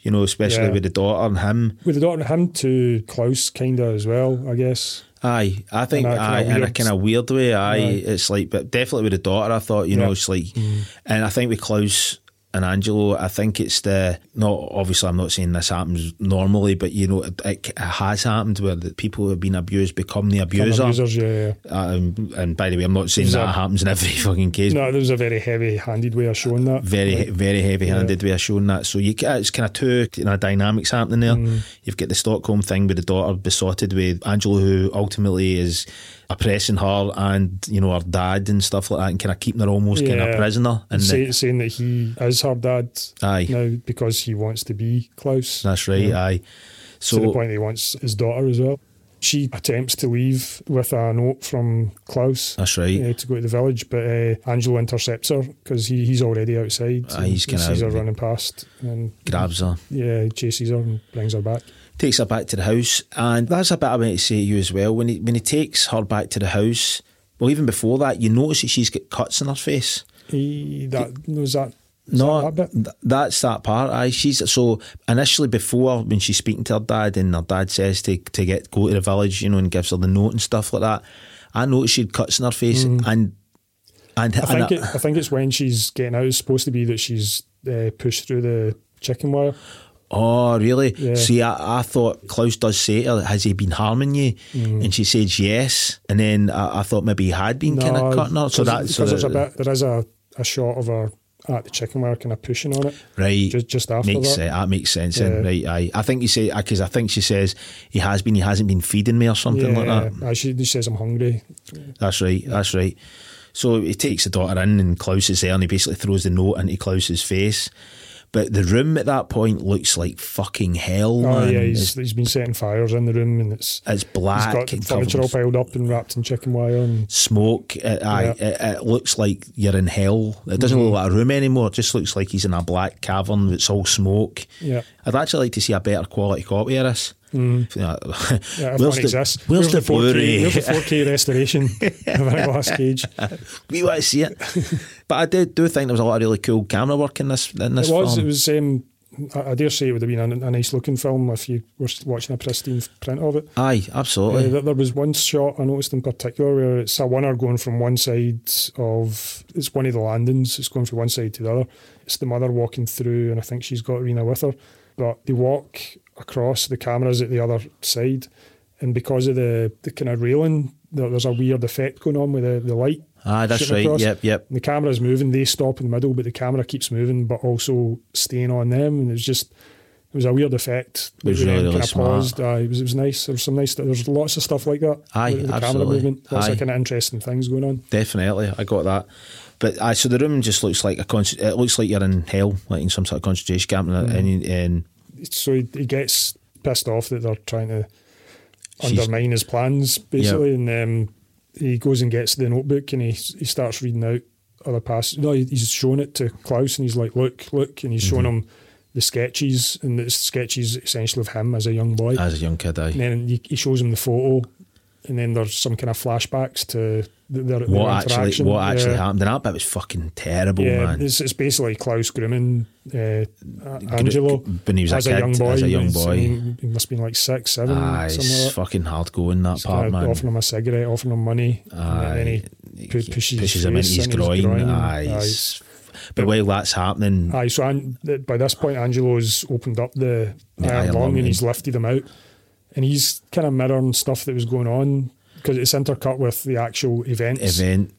[SPEAKER 2] You know, especially
[SPEAKER 1] Mm. Yeah.
[SPEAKER 2] with the daughter and him.
[SPEAKER 1] With the daughter, and him to Klaus, kind of as well, I guess.
[SPEAKER 2] Aye, I think
[SPEAKER 1] In a kinda
[SPEAKER 2] aye, in a
[SPEAKER 1] weird-
[SPEAKER 2] kind of weird way. Aye,
[SPEAKER 1] Aye.
[SPEAKER 2] it's like, but definitely with the daughter, I thought, you know,
[SPEAKER 1] Yeah. Mm.
[SPEAKER 2] it's like, and I think with Klaus and Angelo, I think it's the not obviously. I'm not saying this happens normally, but you know, it, it has happened where the people who have been abused become the
[SPEAKER 1] Kind of
[SPEAKER 2] abuser.
[SPEAKER 1] abusers, yeah, yeah.
[SPEAKER 2] Um, and by the way, I'm not saying that
[SPEAKER 1] Exact-
[SPEAKER 2] happens in every *laughs* fucking case.
[SPEAKER 1] No, there was a very heavy-handed way of showing that.
[SPEAKER 2] Very, very heavy-handed way of showing that. So you, ca- it's kind of two you know, dynamics happening there.
[SPEAKER 1] Mm.
[SPEAKER 2] You've got the Stockholm thing with the daughter besotted with Angela, who ultimately is oppressing her and you know her dad and stuff like that, and kind of keeping her almost kind of
[SPEAKER 1] Yeah.
[SPEAKER 2] prisoner. And the-
[SPEAKER 1] Say, saying that he is her dad
[SPEAKER 2] Aye.
[SPEAKER 1] now because he wants to be Klaus.
[SPEAKER 2] that's right,
[SPEAKER 1] Yeah.
[SPEAKER 2] aye. So
[SPEAKER 1] to the point that he wants his daughter as well. She attempts to leave with a note from Klaus
[SPEAKER 2] that's right.
[SPEAKER 1] uh, to go to the village, but uh, Angelo intercepts her because he, he's already outside.
[SPEAKER 2] Ah, he's
[SPEAKER 1] he
[SPEAKER 2] kinda
[SPEAKER 1] sees her
[SPEAKER 2] out-
[SPEAKER 1] running past and
[SPEAKER 2] Grabs her.
[SPEAKER 1] yeah, he chases her and brings her back.
[SPEAKER 2] takes her back to the house, and that's a bit I meant to say to you as well. When he when he takes her back to the house, well, even before that, you notice that she's got cuts in her face.
[SPEAKER 1] He that was that
[SPEAKER 2] No,
[SPEAKER 1] that bit?
[SPEAKER 2] th- that's that part. Aye, she's so initially before when she's speaking to her dad, and her dad says to to get go to the village, you know, and gives her the note and stuff like that. I noticed she'd cuts in her face, and and
[SPEAKER 1] Mm. I
[SPEAKER 2] and
[SPEAKER 1] think it, I think it's when she's getting out. It's supposed to be that she's uh, pushed through the chicken wire.
[SPEAKER 2] Oh, really?
[SPEAKER 1] Yeah.
[SPEAKER 2] See, I, I thought Klaus does say to her, Has he been harming you?
[SPEAKER 1] Mm.
[SPEAKER 2] And she says yes. And then I, I thought maybe he had been kind of cutting her. So that's
[SPEAKER 1] because there's a bit. There is a, a shot of her at the chicken wire kind of pushing on it
[SPEAKER 2] right.
[SPEAKER 1] just just after
[SPEAKER 2] makes
[SPEAKER 1] that.
[SPEAKER 2] sense. That makes sense. Then,
[SPEAKER 1] Yeah.
[SPEAKER 2] right? Aye. I think you say because I think she says he has been. He hasn't been feeding me or something like that.
[SPEAKER 1] aye, she, she says I'm hungry.
[SPEAKER 2] That's right. That's right. So he takes the daughter in, and Klaus is there, and he basically throws the note into Klaus's face. But the room at that point looks like fucking hell,
[SPEAKER 1] Oh
[SPEAKER 2] man.
[SPEAKER 1] yeah,
[SPEAKER 2] it's,
[SPEAKER 1] he's, he's been setting fires in the room and it's
[SPEAKER 2] it's
[SPEAKER 1] he's
[SPEAKER 2] black.
[SPEAKER 1] got
[SPEAKER 2] and covered
[SPEAKER 1] furniture
[SPEAKER 2] with
[SPEAKER 1] all piled up and wrapped in chicken wire and
[SPEAKER 2] smoke. It, aye, it, it looks like you're in hell. It doesn't
[SPEAKER 1] Mm-hmm.
[SPEAKER 2] look like a room anymore. It just looks like he's in a black cavern that's all smoke.
[SPEAKER 1] yeah.
[SPEAKER 2] I'd actually like to see a better quality copy of this. *laughs* Yeah.
[SPEAKER 1] Mm. Yeah, if
[SPEAKER 2] where's,
[SPEAKER 1] one
[SPEAKER 2] the,
[SPEAKER 1] exists.
[SPEAKER 2] where's the
[SPEAKER 1] 4K Where's the
[SPEAKER 2] Blu-ray?
[SPEAKER 1] 4K restoration
[SPEAKER 2] *laughs*
[SPEAKER 1] of a glass cage? It
[SPEAKER 2] We want to
[SPEAKER 1] *laughs*
[SPEAKER 2] see it. but I do, do think there was a lot of really cool camera work in this in this
[SPEAKER 1] was. It
[SPEAKER 2] film.
[SPEAKER 1] was. Um, I, I dare say it would have been a, a nice looking film if you were watching a pristine print of it.
[SPEAKER 2] Aye,
[SPEAKER 1] Uh,
[SPEAKER 2] absolutely.
[SPEAKER 1] there, there was one shot I noticed in particular where it's a winner going from one side of it's one of the landings. It's going from one side to the other. It's the mother walking through, and I think she's got Rena with her. But they walk across. The cameras at the other side, and because of the the kind of railing, there, there's a weird effect going on with the, the light.
[SPEAKER 2] Aye, that's
[SPEAKER 1] shooting
[SPEAKER 2] right.
[SPEAKER 1] across.
[SPEAKER 2] Yep, yep.
[SPEAKER 1] The camera's moving. They stop in the middle, but the camera keeps moving, but also staying on them. And it was just, it was a weird effect.
[SPEAKER 2] It was
[SPEAKER 1] They
[SPEAKER 2] really,
[SPEAKER 1] then
[SPEAKER 2] really
[SPEAKER 1] kinda
[SPEAKER 2] smart.
[SPEAKER 1] paused. Aye, it was, it was nice. There was some nice. There's lots of stuff like that.
[SPEAKER 2] Aye,
[SPEAKER 1] with the
[SPEAKER 2] absolutely.
[SPEAKER 1] Camera movement. Lots
[SPEAKER 2] Aye.
[SPEAKER 1] of kind of interesting things going on.
[SPEAKER 2] Definitely, I got that. But aye, so the room just looks like a con- it looks like you're in hell, like in some sort of concentration camp, and,
[SPEAKER 1] Mm.
[SPEAKER 2] and, and
[SPEAKER 1] So he, he gets pissed off that they're trying to
[SPEAKER 2] She's-
[SPEAKER 1] undermine his plans, basically, and um, he goes and gets the notebook and he he starts reading out other passages. No, he- he's showing it to Klaus and he's like, "Look, look," and he's showing
[SPEAKER 2] Mm-hmm.
[SPEAKER 1] him the sketches and the sketches essentially of him as a young boy.
[SPEAKER 2] as a young kid, aye.
[SPEAKER 1] and then he, he shows him the photo, and then there's some kind of flashbacks to th- their, their
[SPEAKER 2] what actually
[SPEAKER 1] interaction.
[SPEAKER 2] what actually
[SPEAKER 1] Yeah.
[SPEAKER 2] happened. And that bit was fucking terrible,
[SPEAKER 1] Yeah,
[SPEAKER 2] man.
[SPEAKER 1] it's, it's basically Klaus grooming uh, A- Angelo
[SPEAKER 2] when he was a
[SPEAKER 1] as
[SPEAKER 2] kid,
[SPEAKER 1] a young boy.
[SPEAKER 2] as a young
[SPEAKER 1] He's-
[SPEAKER 2] boy.
[SPEAKER 1] he, he must have been like six, seven,
[SPEAKER 2] Aye,
[SPEAKER 1] something like
[SPEAKER 2] it's
[SPEAKER 1] that.
[SPEAKER 2] fucking hard going that
[SPEAKER 1] He's
[SPEAKER 2] part,
[SPEAKER 1] kinda
[SPEAKER 2] man.
[SPEAKER 1] offering him a cigarette, offering him money, and then
[SPEAKER 2] Aye,
[SPEAKER 1] he pu- pushes, his
[SPEAKER 2] him into
[SPEAKER 1] face
[SPEAKER 2] his
[SPEAKER 1] in his
[SPEAKER 2] groin.
[SPEAKER 1] groin.
[SPEAKER 2] Aye, it's- but while that's happening,
[SPEAKER 1] Aye, so An- th- by this point, Angelo's opened up the
[SPEAKER 2] The
[SPEAKER 1] iron
[SPEAKER 2] iron
[SPEAKER 1] lung
[SPEAKER 2] lung, eh?
[SPEAKER 1] and he's
[SPEAKER 2] yeah.
[SPEAKER 1] lifted him out, and he's kind of mirroring stuff that was going on because it's intercut with the actual events
[SPEAKER 2] event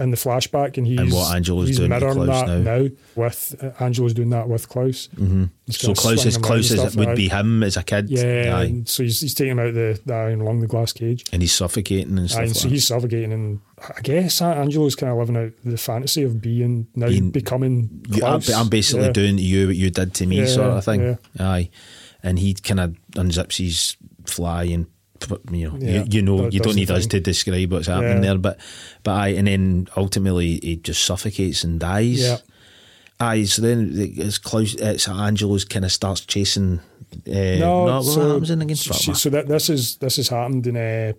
[SPEAKER 1] in the flashback, and he's
[SPEAKER 2] And what Angelo's
[SPEAKER 1] he's
[SPEAKER 2] doing to
[SPEAKER 1] mirroring
[SPEAKER 2] Klaus
[SPEAKER 1] that now, with uh, Angelo's doing that with Klaus. He's
[SPEAKER 2] Mm-hmm. so
[SPEAKER 1] kinda
[SPEAKER 2] close
[SPEAKER 1] swinging
[SPEAKER 2] as
[SPEAKER 1] him around
[SPEAKER 2] close
[SPEAKER 1] and
[SPEAKER 2] as it
[SPEAKER 1] stuff,
[SPEAKER 2] would
[SPEAKER 1] aye.
[SPEAKER 2] be him as a kid.
[SPEAKER 1] Yeah,
[SPEAKER 2] aye,
[SPEAKER 1] and so he's, he's taking him out the, the iron lung, the glass cage.
[SPEAKER 2] and he's suffocating and stuff.
[SPEAKER 1] And
[SPEAKER 2] like
[SPEAKER 1] so
[SPEAKER 2] that.
[SPEAKER 1] he's suffocating, and I guess Aunt Angelo's kind of living out the fantasy of being now
[SPEAKER 2] Being-
[SPEAKER 1] becoming.
[SPEAKER 2] You- I'm,
[SPEAKER 1] Klaus.
[SPEAKER 2] I'm basically
[SPEAKER 1] Yeah.
[SPEAKER 2] doing to you what you did to me, sort
[SPEAKER 1] Yeah,
[SPEAKER 2] of thing.
[SPEAKER 1] yeah.
[SPEAKER 2] Aye, and he kind of unzips his fly and put- you know,
[SPEAKER 1] Yeah,
[SPEAKER 2] you, you know,
[SPEAKER 1] that
[SPEAKER 2] you
[SPEAKER 1] does
[SPEAKER 2] don't
[SPEAKER 1] the
[SPEAKER 2] need us
[SPEAKER 1] thing.
[SPEAKER 2] to describe what's happening
[SPEAKER 1] Yeah.
[SPEAKER 2] there, but but aye, and then ultimately he just suffocates and dies.
[SPEAKER 1] Yeah.
[SPEAKER 2] Aye, so then it's close. It's Angelo's kind of starts chasing. Uh,
[SPEAKER 1] No,
[SPEAKER 2] no,
[SPEAKER 1] so,
[SPEAKER 2] what happens in against
[SPEAKER 1] so, so that this is this has happened, and uh,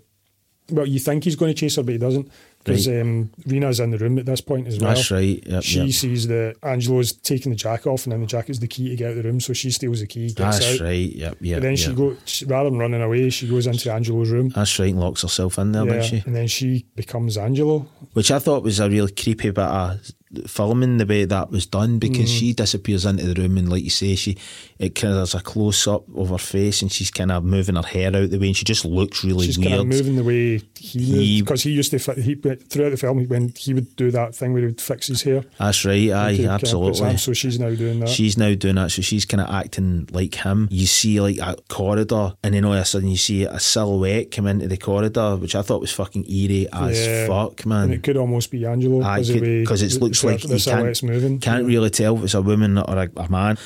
[SPEAKER 1] well, you think he's going to chase her, but he doesn't, because um, Rena's in the room at this point as well.
[SPEAKER 2] That's right. Yep,
[SPEAKER 1] She
[SPEAKER 2] yep.
[SPEAKER 1] sees that Angelo's taking the jacket off, and then the jacket's the key to get out of the room, so she steals the key, gets
[SPEAKER 2] That's
[SPEAKER 1] out.
[SPEAKER 2] right. Yep, yep,
[SPEAKER 1] And then she
[SPEAKER 2] yep.
[SPEAKER 1] go she, rather than running away, she goes into Angelo's room.
[SPEAKER 2] That's right, and locks herself in there,
[SPEAKER 1] Yeah,
[SPEAKER 2] doesn't she?
[SPEAKER 1] and then she becomes Angelo.
[SPEAKER 2] which I thought was a real creepy bit of filming the way that was done because
[SPEAKER 1] Mm.
[SPEAKER 2] she disappears into the room and like you say she it kind of there's a close up of her face and she's kind of moving her hair out the way and she just looks really
[SPEAKER 1] She's
[SPEAKER 2] weird
[SPEAKER 1] kind of moving the way he
[SPEAKER 2] He-
[SPEAKER 1] because he, used to fi- he throughout the film when he would do that thing where he would fix his hair.
[SPEAKER 2] that's right aye
[SPEAKER 1] He kinda puts
[SPEAKER 2] absolutely
[SPEAKER 1] on, so she's now doing that.
[SPEAKER 2] She's now doing that, so she's kind of acting like him. You see like a corridor, and then all of a sudden you see a silhouette come into the corridor, which I thought was fucking eerie as
[SPEAKER 1] Yeah.
[SPEAKER 2] fuck,
[SPEAKER 1] and
[SPEAKER 2] man.
[SPEAKER 1] it could almost be Angelo
[SPEAKER 2] Aye,
[SPEAKER 1] because
[SPEAKER 2] could- Ah, 'cause it looks like
[SPEAKER 1] the
[SPEAKER 2] you can't-
[SPEAKER 1] silhouette's moving. Mm,
[SPEAKER 2] Can't really tell if it's a woman or a, a man.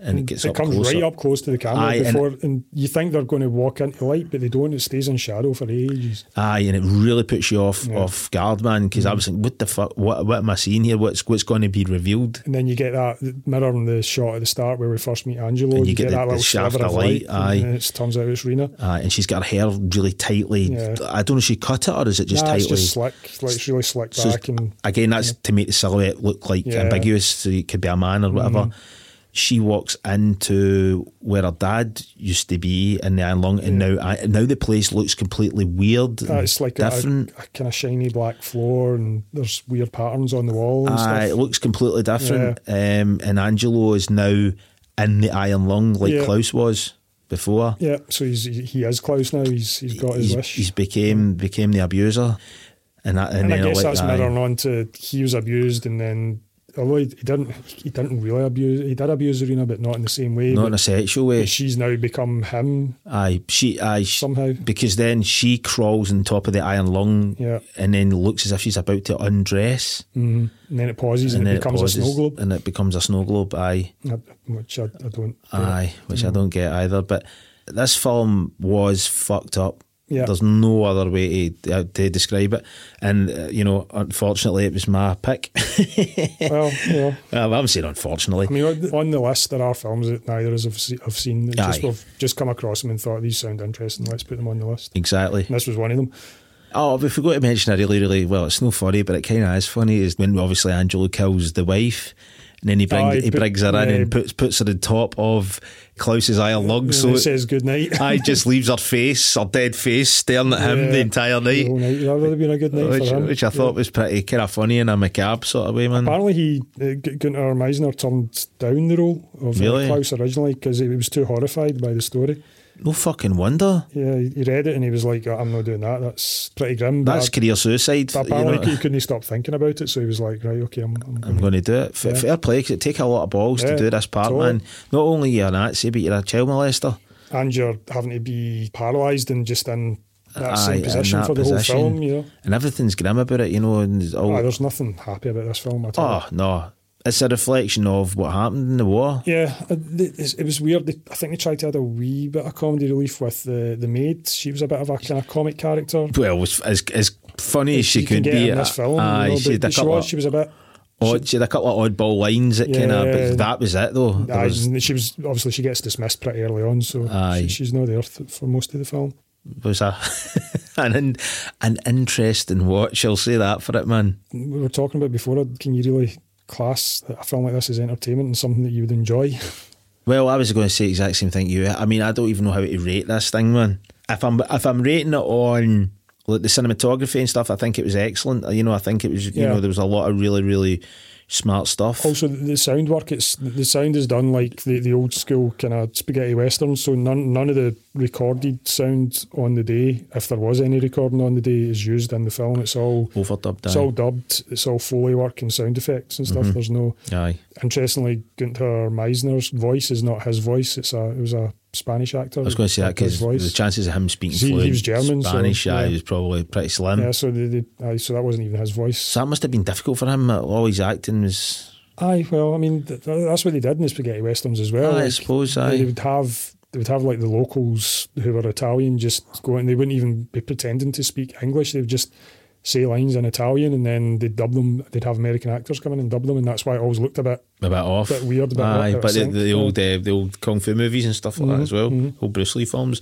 [SPEAKER 2] and it gets
[SPEAKER 1] it
[SPEAKER 2] up
[SPEAKER 1] comes
[SPEAKER 2] closer.
[SPEAKER 1] right up close to the camera
[SPEAKER 2] Aye, and-
[SPEAKER 1] before, and, you think they're going to walk into light, but they don't. It stays in shadow for ages.
[SPEAKER 2] Aye, and it really puts you off off guard, man.
[SPEAKER 1] Mm.
[SPEAKER 2] Because I was thinking, what the fuck? What, what am I seeing here? What's what's going to be revealed?
[SPEAKER 1] And then you get that mirroring the shot at the start where we first meet Angelo.
[SPEAKER 2] And you get the-
[SPEAKER 1] that
[SPEAKER 2] the
[SPEAKER 1] little
[SPEAKER 2] shaft
[SPEAKER 1] sliver
[SPEAKER 2] of
[SPEAKER 1] of
[SPEAKER 2] light,
[SPEAKER 1] light.
[SPEAKER 2] aye.
[SPEAKER 1] And it turns out it's Rena.
[SPEAKER 2] Uh, and she's got her hair really tightly.
[SPEAKER 1] Yeah.
[SPEAKER 2] I don't know. if She cut it or is it just
[SPEAKER 1] nah, it's
[SPEAKER 2] tightly?
[SPEAKER 1] just slick. Like it's really slick
[SPEAKER 2] So
[SPEAKER 1] back, and
[SPEAKER 2] again, that's to make the silhouette look like
[SPEAKER 1] Yeah. Mm-hmm.
[SPEAKER 2] ambiguous, so it could be a man or whatever. She walks into where her dad used to be in the Anlong, and now I, now the place looks completely weird. and
[SPEAKER 1] uh, it's like a,
[SPEAKER 2] different.
[SPEAKER 1] kind of shiny black floor, and there's weird patterns on the wall and
[SPEAKER 2] Aye, it
[SPEAKER 1] stuff.
[SPEAKER 2] looks completely different. Um, and Angelo is now in the Iron Lung like
[SPEAKER 1] Yeah.
[SPEAKER 2] Klaus was before.
[SPEAKER 1] Yeah, so he's he is Klaus now. He's he's got his
[SPEAKER 2] he's,
[SPEAKER 1] wish.
[SPEAKER 2] he's became became the abuser, and that, and,
[SPEAKER 1] and I
[SPEAKER 2] then
[SPEAKER 1] guess
[SPEAKER 2] like
[SPEAKER 1] that's
[SPEAKER 2] that.
[SPEAKER 1] mirroring on to he was abused, and then although he, he didn't he didn't really abuse he did abuse Rena, but not in the same way.
[SPEAKER 2] not
[SPEAKER 1] but
[SPEAKER 2] in a sexual way.
[SPEAKER 1] she's now become him
[SPEAKER 2] Aye, she aye sh-
[SPEAKER 1] somehow.
[SPEAKER 2] because then she crawls on top of the iron lung,
[SPEAKER 1] Yeah.
[SPEAKER 2] and then looks as if she's about to undress,
[SPEAKER 1] Mm. And then it pauses and,
[SPEAKER 2] Mm-hmm. then
[SPEAKER 1] it becomes a snow globe,
[SPEAKER 2] and it becomes a snow globe. Aye,
[SPEAKER 1] I- which I, I don't.
[SPEAKER 2] aye, which
[SPEAKER 1] Mm.
[SPEAKER 2] I don't get either. But this film was fucked up.
[SPEAKER 1] Yeah.
[SPEAKER 2] There's no other way to, uh, to describe it, and uh, you know, unfortunately, it was my pick. *laughs*
[SPEAKER 1] Well, yeah.
[SPEAKER 2] Um, I'm saying unfortunately.
[SPEAKER 1] I mean, on- on the list there are films that neither of us have, se- have seen. that Just,
[SPEAKER 2] Aye.
[SPEAKER 1] we've just come across them and thought these sound interesting. Let's put them on the list.
[SPEAKER 2] Exactly.
[SPEAKER 1] And this was one of them.
[SPEAKER 2] Oh, we forgot to mention a really, really well. It's no funny, but it kind of is funny. Is when obviously Angelo kills the wife, and then he brings
[SPEAKER 1] Aye,
[SPEAKER 2] he
[SPEAKER 1] put-
[SPEAKER 2] brings her in
[SPEAKER 1] yeah.
[SPEAKER 2] and puts puts her on top of Klaus's iron lung.
[SPEAKER 1] So
[SPEAKER 2] So
[SPEAKER 1] and it says *laughs* good night.
[SPEAKER 2] *laughs* I just leaves her face, her dead face, staring at him
[SPEAKER 1] Yeah.
[SPEAKER 2] the entire
[SPEAKER 1] The
[SPEAKER 2] night,
[SPEAKER 1] whole Oh, night. That would have been a good night
[SPEAKER 2] which,
[SPEAKER 1] for him.
[SPEAKER 2] which I thought was pretty kind of funny in a macabre sort of way, man.
[SPEAKER 1] Apparently, he uh, G- Gunnar Meisner turned down the role of uh,
[SPEAKER 2] Really?
[SPEAKER 1] Klaus originally because he was too horrified by the story.
[SPEAKER 2] No fucking wonder.
[SPEAKER 1] Yeah, he he read it and he was like, "Oh, "I'm not doing that. That's pretty grim." But
[SPEAKER 2] That's
[SPEAKER 1] I-
[SPEAKER 2] career suicide.
[SPEAKER 1] but
[SPEAKER 2] you know.
[SPEAKER 1] apparently, he couldn't stop thinking about it, so he was like, "Right, okay, I'm." I'm,
[SPEAKER 2] I'm going to do it. F-
[SPEAKER 1] Yeah.
[SPEAKER 2] Fair play, 'cause it take a lot of balls to
[SPEAKER 1] Yeah,
[SPEAKER 2] do this part,
[SPEAKER 1] totally.
[SPEAKER 2] man. Not only you're a Nazi, but you're a child molester.
[SPEAKER 1] and you're having to be paralysed and just in that
[SPEAKER 2] Aye,
[SPEAKER 1] same
[SPEAKER 2] in
[SPEAKER 1] position
[SPEAKER 2] that
[SPEAKER 1] for the
[SPEAKER 2] position.
[SPEAKER 1] whole film. You know,
[SPEAKER 2] and everything's grim about it, you know. And it's all,
[SPEAKER 1] Ah, there's nothing happy about this film at all.
[SPEAKER 2] oh no, it's a reflection of what happened in the war.
[SPEAKER 1] Yeah, uh, th- it's- it was weird. They- I think they tried to add a wee bit of comedy relief with the the maid. She was a bit of a kind of comic character.
[SPEAKER 2] Well, as as, as funny as she
[SPEAKER 1] you can
[SPEAKER 2] could
[SPEAKER 1] get
[SPEAKER 2] be,
[SPEAKER 1] in this film.
[SPEAKER 2] aye,
[SPEAKER 1] you know,
[SPEAKER 2] she, had a
[SPEAKER 1] but she
[SPEAKER 2] couple
[SPEAKER 1] was,
[SPEAKER 2] of,
[SPEAKER 1] she was a bit.
[SPEAKER 2] odd, she had a couple of oddball lines that kind of,
[SPEAKER 1] Yeah.
[SPEAKER 2] but that was it though. There
[SPEAKER 1] Aye,
[SPEAKER 2] was,
[SPEAKER 1] and she was obviously she gets dismissed pretty early on, so
[SPEAKER 2] Aye.
[SPEAKER 1] she, she's not there th- for most of the film.
[SPEAKER 2] was a *laughs* an in, an interesting watch. I'll say that for it, man.
[SPEAKER 1] We were talking about before. uh, Can you really class a film like this as entertainment and something that you would enjoy?
[SPEAKER 2] Well, I was going to say the exact same thing. You, I mean, I don't even know how to rate this thing, man. If I'm if I'm rating it on like the cinematography and stuff, I think it was excellent. You know, I think it was. You
[SPEAKER 1] Yeah.
[SPEAKER 2] know, there was a lot of really really smart stuff.
[SPEAKER 1] also, the- the sound work. It's the sound is done like the, the old school kind of spaghetti westerns. So none none of the recorded sound on the day, if there was any recording on the day, is used in the film. It's all
[SPEAKER 2] overdubbed.
[SPEAKER 1] it's all dubbed. It's all foley work and sound effects and stuff.
[SPEAKER 2] Mm-hmm.
[SPEAKER 1] There's no
[SPEAKER 2] aye. aye.
[SPEAKER 1] interestingly, Gunther Meisner's voice is not his voice. It's a it was a Spanish actor.
[SPEAKER 2] I was going to say that because the chances of him speaking
[SPEAKER 1] He- he
[SPEAKER 2] fluent
[SPEAKER 1] was German, so,
[SPEAKER 2] Spanish, aye,
[SPEAKER 1] yeah.
[SPEAKER 2] was probably pretty slim.
[SPEAKER 1] yeah, so the, the, aye, so that wasn't even his voice.
[SPEAKER 2] So that must have been difficult for him. uh, All his acting was.
[SPEAKER 1] Aye, well, I mean th- th- that's what they did in the spaghetti westerns as well.
[SPEAKER 2] Aye, I
[SPEAKER 1] like,
[SPEAKER 2] suppose.
[SPEAKER 1] they,
[SPEAKER 2] Aye.
[SPEAKER 1] would have they would have like the locals who were Italian just go and they wouldn't even be pretending to speak English. They would just say lines in Italian and then they'd dub them. They'd have American actors come in and dub them, and that's why it always looked a bit
[SPEAKER 2] a bit off,
[SPEAKER 1] bit weird, a bit
[SPEAKER 2] aye,
[SPEAKER 1] out of
[SPEAKER 2] but the,
[SPEAKER 1] sync,
[SPEAKER 2] the
[SPEAKER 1] yeah. Mm-hmm,
[SPEAKER 2] old uh, the old kung fu movies and stuff like that as well, old Bruce Lee films.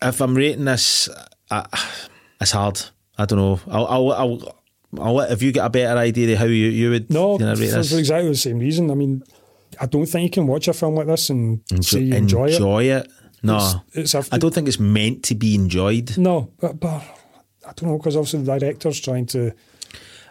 [SPEAKER 2] If I'm rating this, I, it's hard. I don't know. I'll I'll, I'll, I'll let, have you got a better idea of how you you would
[SPEAKER 1] No,
[SPEAKER 2] you know,
[SPEAKER 1] for,
[SPEAKER 2] rate this?
[SPEAKER 1] for exactly the same reason. I mean, I don't think you can watch a film like this and say you enjoy, it.
[SPEAKER 2] it. No,
[SPEAKER 1] It's, it's a,
[SPEAKER 2] I don't think it's meant to be enjoyed.
[SPEAKER 1] No, but, but I don't know because obviously the director's trying to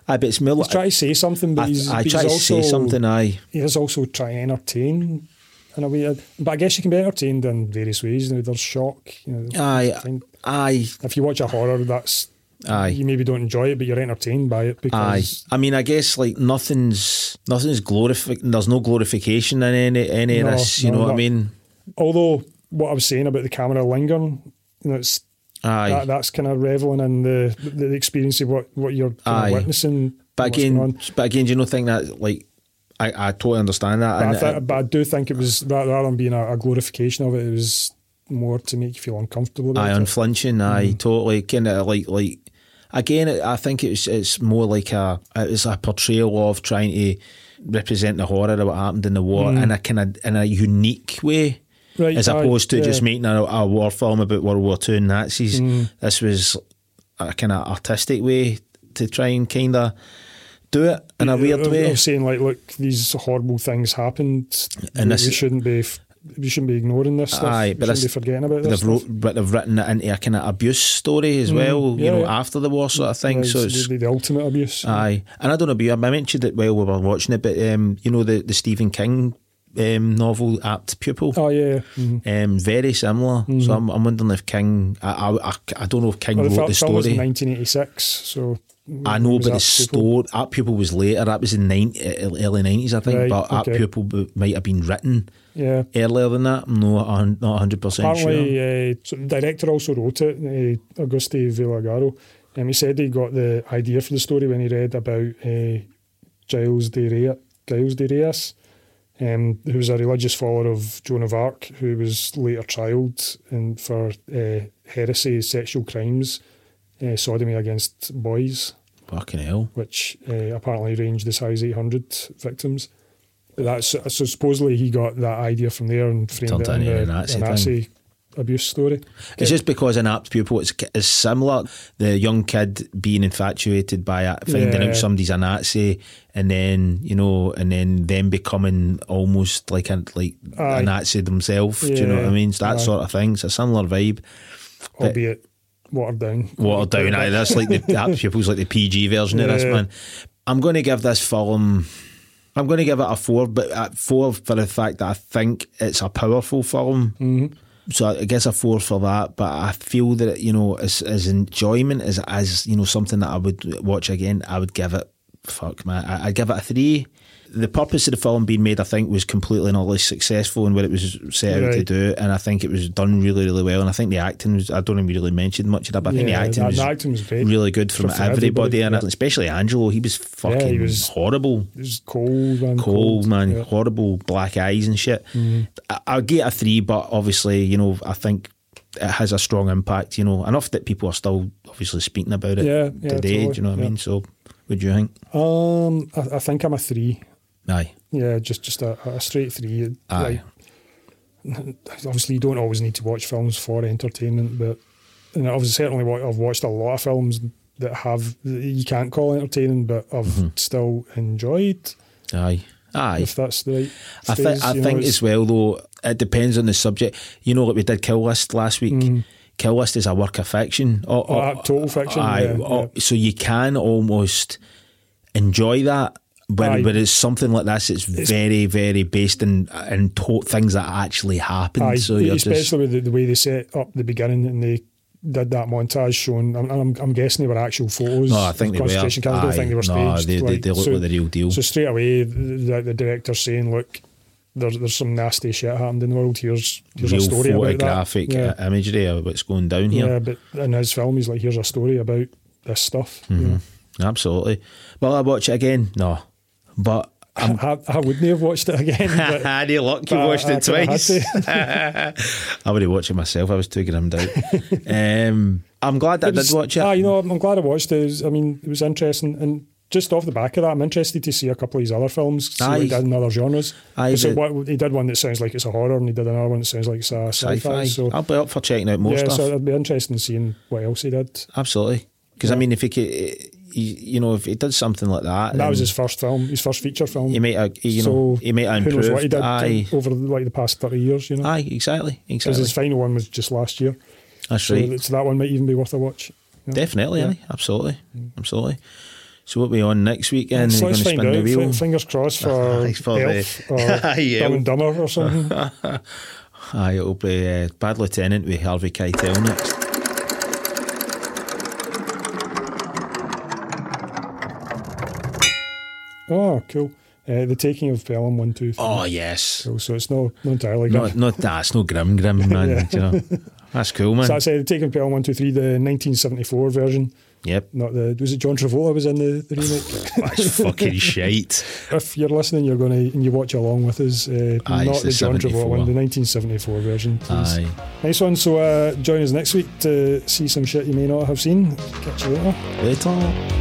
[SPEAKER 2] I but it's more
[SPEAKER 1] he's
[SPEAKER 2] like,
[SPEAKER 1] trying to say something, but
[SPEAKER 2] I,
[SPEAKER 1] he's,
[SPEAKER 2] I
[SPEAKER 1] but
[SPEAKER 2] try to
[SPEAKER 1] he's also,
[SPEAKER 2] say something. I
[SPEAKER 1] He is also trying to entertain in a way. But I guess you can be entertained in various ways. You know, there's shock. You know, I
[SPEAKER 2] aye
[SPEAKER 1] think
[SPEAKER 2] aye
[SPEAKER 1] if you watch a horror, that's
[SPEAKER 2] aye.
[SPEAKER 1] you maybe don't enjoy it, but you're entertained by it
[SPEAKER 2] Aye,
[SPEAKER 1] because
[SPEAKER 2] I mean, I guess like nothing's nothing's glorific. There's no glorification in any any
[SPEAKER 1] No,
[SPEAKER 2] of this. You
[SPEAKER 1] no,
[SPEAKER 2] know what I
[SPEAKER 1] not-
[SPEAKER 2] mean?
[SPEAKER 1] although what I was saying about the camera lingering, you know, it's
[SPEAKER 2] Aye.
[SPEAKER 1] that, that's kind of reveling in the, the the experience of what what you're kind
[SPEAKER 2] Aye.
[SPEAKER 1] of witnessing.
[SPEAKER 2] but
[SPEAKER 1] what's going
[SPEAKER 2] again,
[SPEAKER 1] on.
[SPEAKER 2] but again, do you know think that like I, I totally understand that.
[SPEAKER 1] But I,
[SPEAKER 2] and uh,
[SPEAKER 1] thi- but I do think it was ra- rather than being a, a glorification of it, it was more to make you feel uncomfortable.
[SPEAKER 2] Aye,
[SPEAKER 1] About it.
[SPEAKER 2] unflinching. Aye,
[SPEAKER 1] Mm.
[SPEAKER 2] totally. Kind of like like again. it- I think it's it's more like a it's a portrayal of trying to represent the horror of what happened in the war in a kind of in a unique way,
[SPEAKER 1] Mm. Right,
[SPEAKER 2] as
[SPEAKER 1] aye,
[SPEAKER 2] opposed to just
[SPEAKER 1] yeah. Mm.
[SPEAKER 2] making a, a war film about World War Two and Nazis. This was a kind of artistic way to try and kind of do it in a weird
[SPEAKER 1] Of- of
[SPEAKER 2] way.
[SPEAKER 1] saying like, look, these horrible things happened,
[SPEAKER 2] And
[SPEAKER 1] and
[SPEAKER 2] this-
[SPEAKER 1] we shouldn't be. F- we shouldn't be ignoring this stuff.
[SPEAKER 2] Aye, but
[SPEAKER 1] we shouldn't
[SPEAKER 2] this-
[SPEAKER 1] be forgetting about this.
[SPEAKER 2] They've
[SPEAKER 1] stuff.
[SPEAKER 2] wrote, but they've written it into a kind of abuse story as well, you
[SPEAKER 1] yeah,
[SPEAKER 2] know,
[SPEAKER 1] Mm, yeah.
[SPEAKER 2] after the war sort of thing.
[SPEAKER 1] It's
[SPEAKER 2] so it's
[SPEAKER 1] the, the ultimate abuse.
[SPEAKER 2] Aye, and I don't know about you. I mentioned it while we were watching it, but um, you know the the Stephen King um, novel Apt Pupil,
[SPEAKER 1] oh yeah, yeah. Mhm.
[SPEAKER 2] um, very similar. So I'm, I'm wondering if King, I, I, I, I don't know if King
[SPEAKER 1] Well, the
[SPEAKER 2] wrote
[SPEAKER 1] film,
[SPEAKER 2] the
[SPEAKER 1] film was in
[SPEAKER 2] story.
[SPEAKER 1] 1986, so
[SPEAKER 2] I know,
[SPEAKER 1] was
[SPEAKER 2] but the
[SPEAKER 1] that people-
[SPEAKER 2] story Apt Pupil was later. That was in nine, e, early nineties, I think.
[SPEAKER 1] Right,
[SPEAKER 2] but Apt
[SPEAKER 1] okay.
[SPEAKER 2] Pupil b- might have been written
[SPEAKER 1] Yeah,
[SPEAKER 2] earlier than that. I'm not a hun- not hundred percent sure.
[SPEAKER 1] Apparently, uh, so the director also wrote it, uh, Auguste Villagaro, and he said he got the idea for the story when he read about uh, Giles de Rea, Giles de Reas, um, who was a religious follower of Joan of Arc, who was later trialed in, for uh, heresy, sexual crimes, uh, sodomy against boys,
[SPEAKER 2] Fucking hell.
[SPEAKER 1] which uh, apparently ranged as high as 800 victims. But that's so supposedly he got that idea from there and framed
[SPEAKER 2] Turned
[SPEAKER 1] it
[SPEAKER 2] it
[SPEAKER 1] in the
[SPEAKER 2] into a Nazi
[SPEAKER 1] a
[SPEAKER 2] thing.
[SPEAKER 1] Nazi abuse story.
[SPEAKER 2] It's just because an apt pupil is, is similar. The young kid being infatuated by a- finding
[SPEAKER 1] Yeah.
[SPEAKER 2] out somebody's a Nazi, and then you know, and then them becoming almost like a like
[SPEAKER 1] Aye.
[SPEAKER 2] a Nazi themselves. Do you know what I
[SPEAKER 1] Yeah,
[SPEAKER 2] mean? It's that
[SPEAKER 1] aye.
[SPEAKER 2] sort of thing. It's a similar vibe. But-
[SPEAKER 1] albeit watered down.
[SPEAKER 2] Watered down. Aye, that's like the the apt pupil's like the PG version of this
[SPEAKER 1] Yeah.
[SPEAKER 2] man. I'm going to give this film. I'm going to give it a four, but a four for the fact that I think it's a powerful film.
[SPEAKER 1] Mm-hmm.
[SPEAKER 2] So I guess a four for that, but I feel that you know, as, as enjoyment as as you know something that I would watch again, I would give it. Fuck man, I, I'd give it a three. The purpose of the film being made, I think, was completely and utterly successful in what it was set out to
[SPEAKER 1] Right.
[SPEAKER 2] do, and I think it was done really, really well. And I think the acting was—I don't even really mention much of that, but I think the
[SPEAKER 1] Yeah,
[SPEAKER 2] acting
[SPEAKER 1] the-
[SPEAKER 2] was
[SPEAKER 1] the acting was great.
[SPEAKER 2] really good from,
[SPEAKER 1] For- for
[SPEAKER 2] everybody,
[SPEAKER 1] everybody,
[SPEAKER 2] and
[SPEAKER 1] yeah.
[SPEAKER 2] especially Angelo. He was fucking
[SPEAKER 1] he was-
[SPEAKER 2] horrible.
[SPEAKER 1] It was cold and
[SPEAKER 2] Cold man,
[SPEAKER 1] Yeah. Mm.
[SPEAKER 2] horrible black eyes and shit. I, I'll get a three, but obviously, you know, I think it has a strong impact. You know, enough that people are still obviously speaking about it
[SPEAKER 1] Yeah, yeah,
[SPEAKER 2] today.
[SPEAKER 1] totally,
[SPEAKER 2] Do you know what I
[SPEAKER 1] yeah.
[SPEAKER 2] mean? So, what do you think?
[SPEAKER 1] Um, I, I think I'm a three.
[SPEAKER 2] Aye,
[SPEAKER 1] Yeah, just just a, a straight three.
[SPEAKER 2] aye,
[SPEAKER 1] obviously, you don't always need to watch films for entertainment, but and I've certainly wa- I've watched a lot of films that have that you can't call entertaining, but I've still enjoyed.
[SPEAKER 2] aye, Mm-hmm. aye.
[SPEAKER 1] If that's the right. phrase,
[SPEAKER 2] I think I
[SPEAKER 1] you know,
[SPEAKER 2] think
[SPEAKER 1] it's-
[SPEAKER 2] as well though it depends on the subject. You know, like we did Kill List last
[SPEAKER 1] Mm-hmm.
[SPEAKER 2] week. Kill List is a work of fiction. Or,
[SPEAKER 1] Oh, uh, total fiction, yeah,
[SPEAKER 2] oh, So you can almost enjoy that. But,
[SPEAKER 1] Aye.
[SPEAKER 2] but it's something like this. It's, very, very based in in to- things that actually happened.
[SPEAKER 1] Aye,
[SPEAKER 2] so you're
[SPEAKER 1] especially
[SPEAKER 2] just
[SPEAKER 1] with the, the way they set up the beginning and they did that montage showing. I'm, I'm, I'm guessing they were actual photos.
[SPEAKER 2] No, I think
[SPEAKER 1] of
[SPEAKER 2] they were.
[SPEAKER 1] concentration camps. I don't
[SPEAKER 2] Aye,
[SPEAKER 1] think they were
[SPEAKER 2] no,
[SPEAKER 1] staged.
[SPEAKER 2] they- they- they look like the real deal.
[SPEAKER 1] So straight away, the, the director's saying, "Look, there's there's some nasty shit happened in the world. Here's here's a
[SPEAKER 2] real
[SPEAKER 1] story about that."
[SPEAKER 2] photographic uh,
[SPEAKER 1] Yeah.
[SPEAKER 2] i- imagery of what's going down here.
[SPEAKER 1] yeah, but in his film, he's like, "Here's a story about this stuff." you know.
[SPEAKER 2] Absolutely. Will I watch it again? No, but *laughs*
[SPEAKER 1] I, I wouldn't have watched it again. But
[SPEAKER 2] Had you luck
[SPEAKER 1] but
[SPEAKER 2] you
[SPEAKER 1] I-
[SPEAKER 2] Mm-hmm. watched
[SPEAKER 1] I
[SPEAKER 2] it
[SPEAKER 1] kinda had
[SPEAKER 2] twice. I would have watched it myself. I was too grimmed out.
[SPEAKER 1] *laughs*
[SPEAKER 2] um, I'm glad that I
[SPEAKER 1] was-
[SPEAKER 2] *laughs* did watch it.
[SPEAKER 1] Ah, you know, I'm, I'm glad I watched it. It was- I mean, it was interesting. And just off the back of that, I'm interested to see a couple of his other films, see what he
[SPEAKER 2] Aye.
[SPEAKER 1] did in other genres.
[SPEAKER 2] Aye,
[SPEAKER 1] so
[SPEAKER 2] the-
[SPEAKER 1] what, he did one that sounds like it's a horror, and he did another one that sounds like it's a sci-fi.
[SPEAKER 2] Sci-fi.
[SPEAKER 1] So
[SPEAKER 2] I'll be up for checking out more
[SPEAKER 1] yeah,
[SPEAKER 2] stuff.
[SPEAKER 1] so it'd be interesting seeing what else he did.
[SPEAKER 2] Absolutely. Because I mean, if he could, you you know, if he did something like that,
[SPEAKER 1] And that was
[SPEAKER 2] then
[SPEAKER 1] his first film, his first feature film.
[SPEAKER 2] He might, have- you know,
[SPEAKER 1] so
[SPEAKER 2] he might have
[SPEAKER 1] who knows what he
[SPEAKER 2] improved.
[SPEAKER 1] did
[SPEAKER 2] Aye,
[SPEAKER 1] over like the past thirty years, you know.
[SPEAKER 2] aye, exactly,
[SPEAKER 1] 'Cause
[SPEAKER 2] exactly.
[SPEAKER 1] his final one was just last year,
[SPEAKER 2] That's
[SPEAKER 1] so,
[SPEAKER 2] right.
[SPEAKER 1] that- so that one might even be worth a watch. you know.
[SPEAKER 2] Definitely,
[SPEAKER 1] Yeah.
[SPEAKER 2] aye, absolutely, absolutely. So what we on next weekend?
[SPEAKER 1] so
[SPEAKER 2] We're going
[SPEAKER 1] let's
[SPEAKER 2] to
[SPEAKER 1] find
[SPEAKER 2] spin the
[SPEAKER 1] out.
[SPEAKER 2] wheel.
[SPEAKER 1] F- Fingers crossed
[SPEAKER 2] *laughs*
[SPEAKER 1] for
[SPEAKER 2] Thanks for the-
[SPEAKER 1] Elf or Dumb and Dumber or something.
[SPEAKER 2] *laughs* Aye, it'll be uh, Bad Lieutenant with Harvey Keitel next.
[SPEAKER 1] Oh, cool. Uh, the Taking of Pelham, one, two, three. *laughs*
[SPEAKER 2] Oh yes,
[SPEAKER 1] Cool. So it's no, not entirely grim.
[SPEAKER 2] not not that's no
[SPEAKER 1] *laughs*
[SPEAKER 2] grim grim man.
[SPEAKER 1] Yeah.
[SPEAKER 2] you know. That's cool man.
[SPEAKER 1] so I say The Taking of Pelham, one, two, three, the 1974 version.
[SPEAKER 2] *laughs* yep,
[SPEAKER 1] Not the was it John Travolta was in the, the
[SPEAKER 2] *laughs*
[SPEAKER 1] remake.
[SPEAKER 2] that's fucking shite.
[SPEAKER 1] if you're listening, you're going to and you watch along with us. Uh,
[SPEAKER 2] Aye, it's
[SPEAKER 1] not
[SPEAKER 2] the
[SPEAKER 1] the John
[SPEAKER 2] 74.
[SPEAKER 1] Travolta one, the 1974 version, please.
[SPEAKER 2] Aye.
[SPEAKER 1] Nice one. So uh, join us next week to see some shit you may not have seen. Catch you later.
[SPEAKER 2] Later.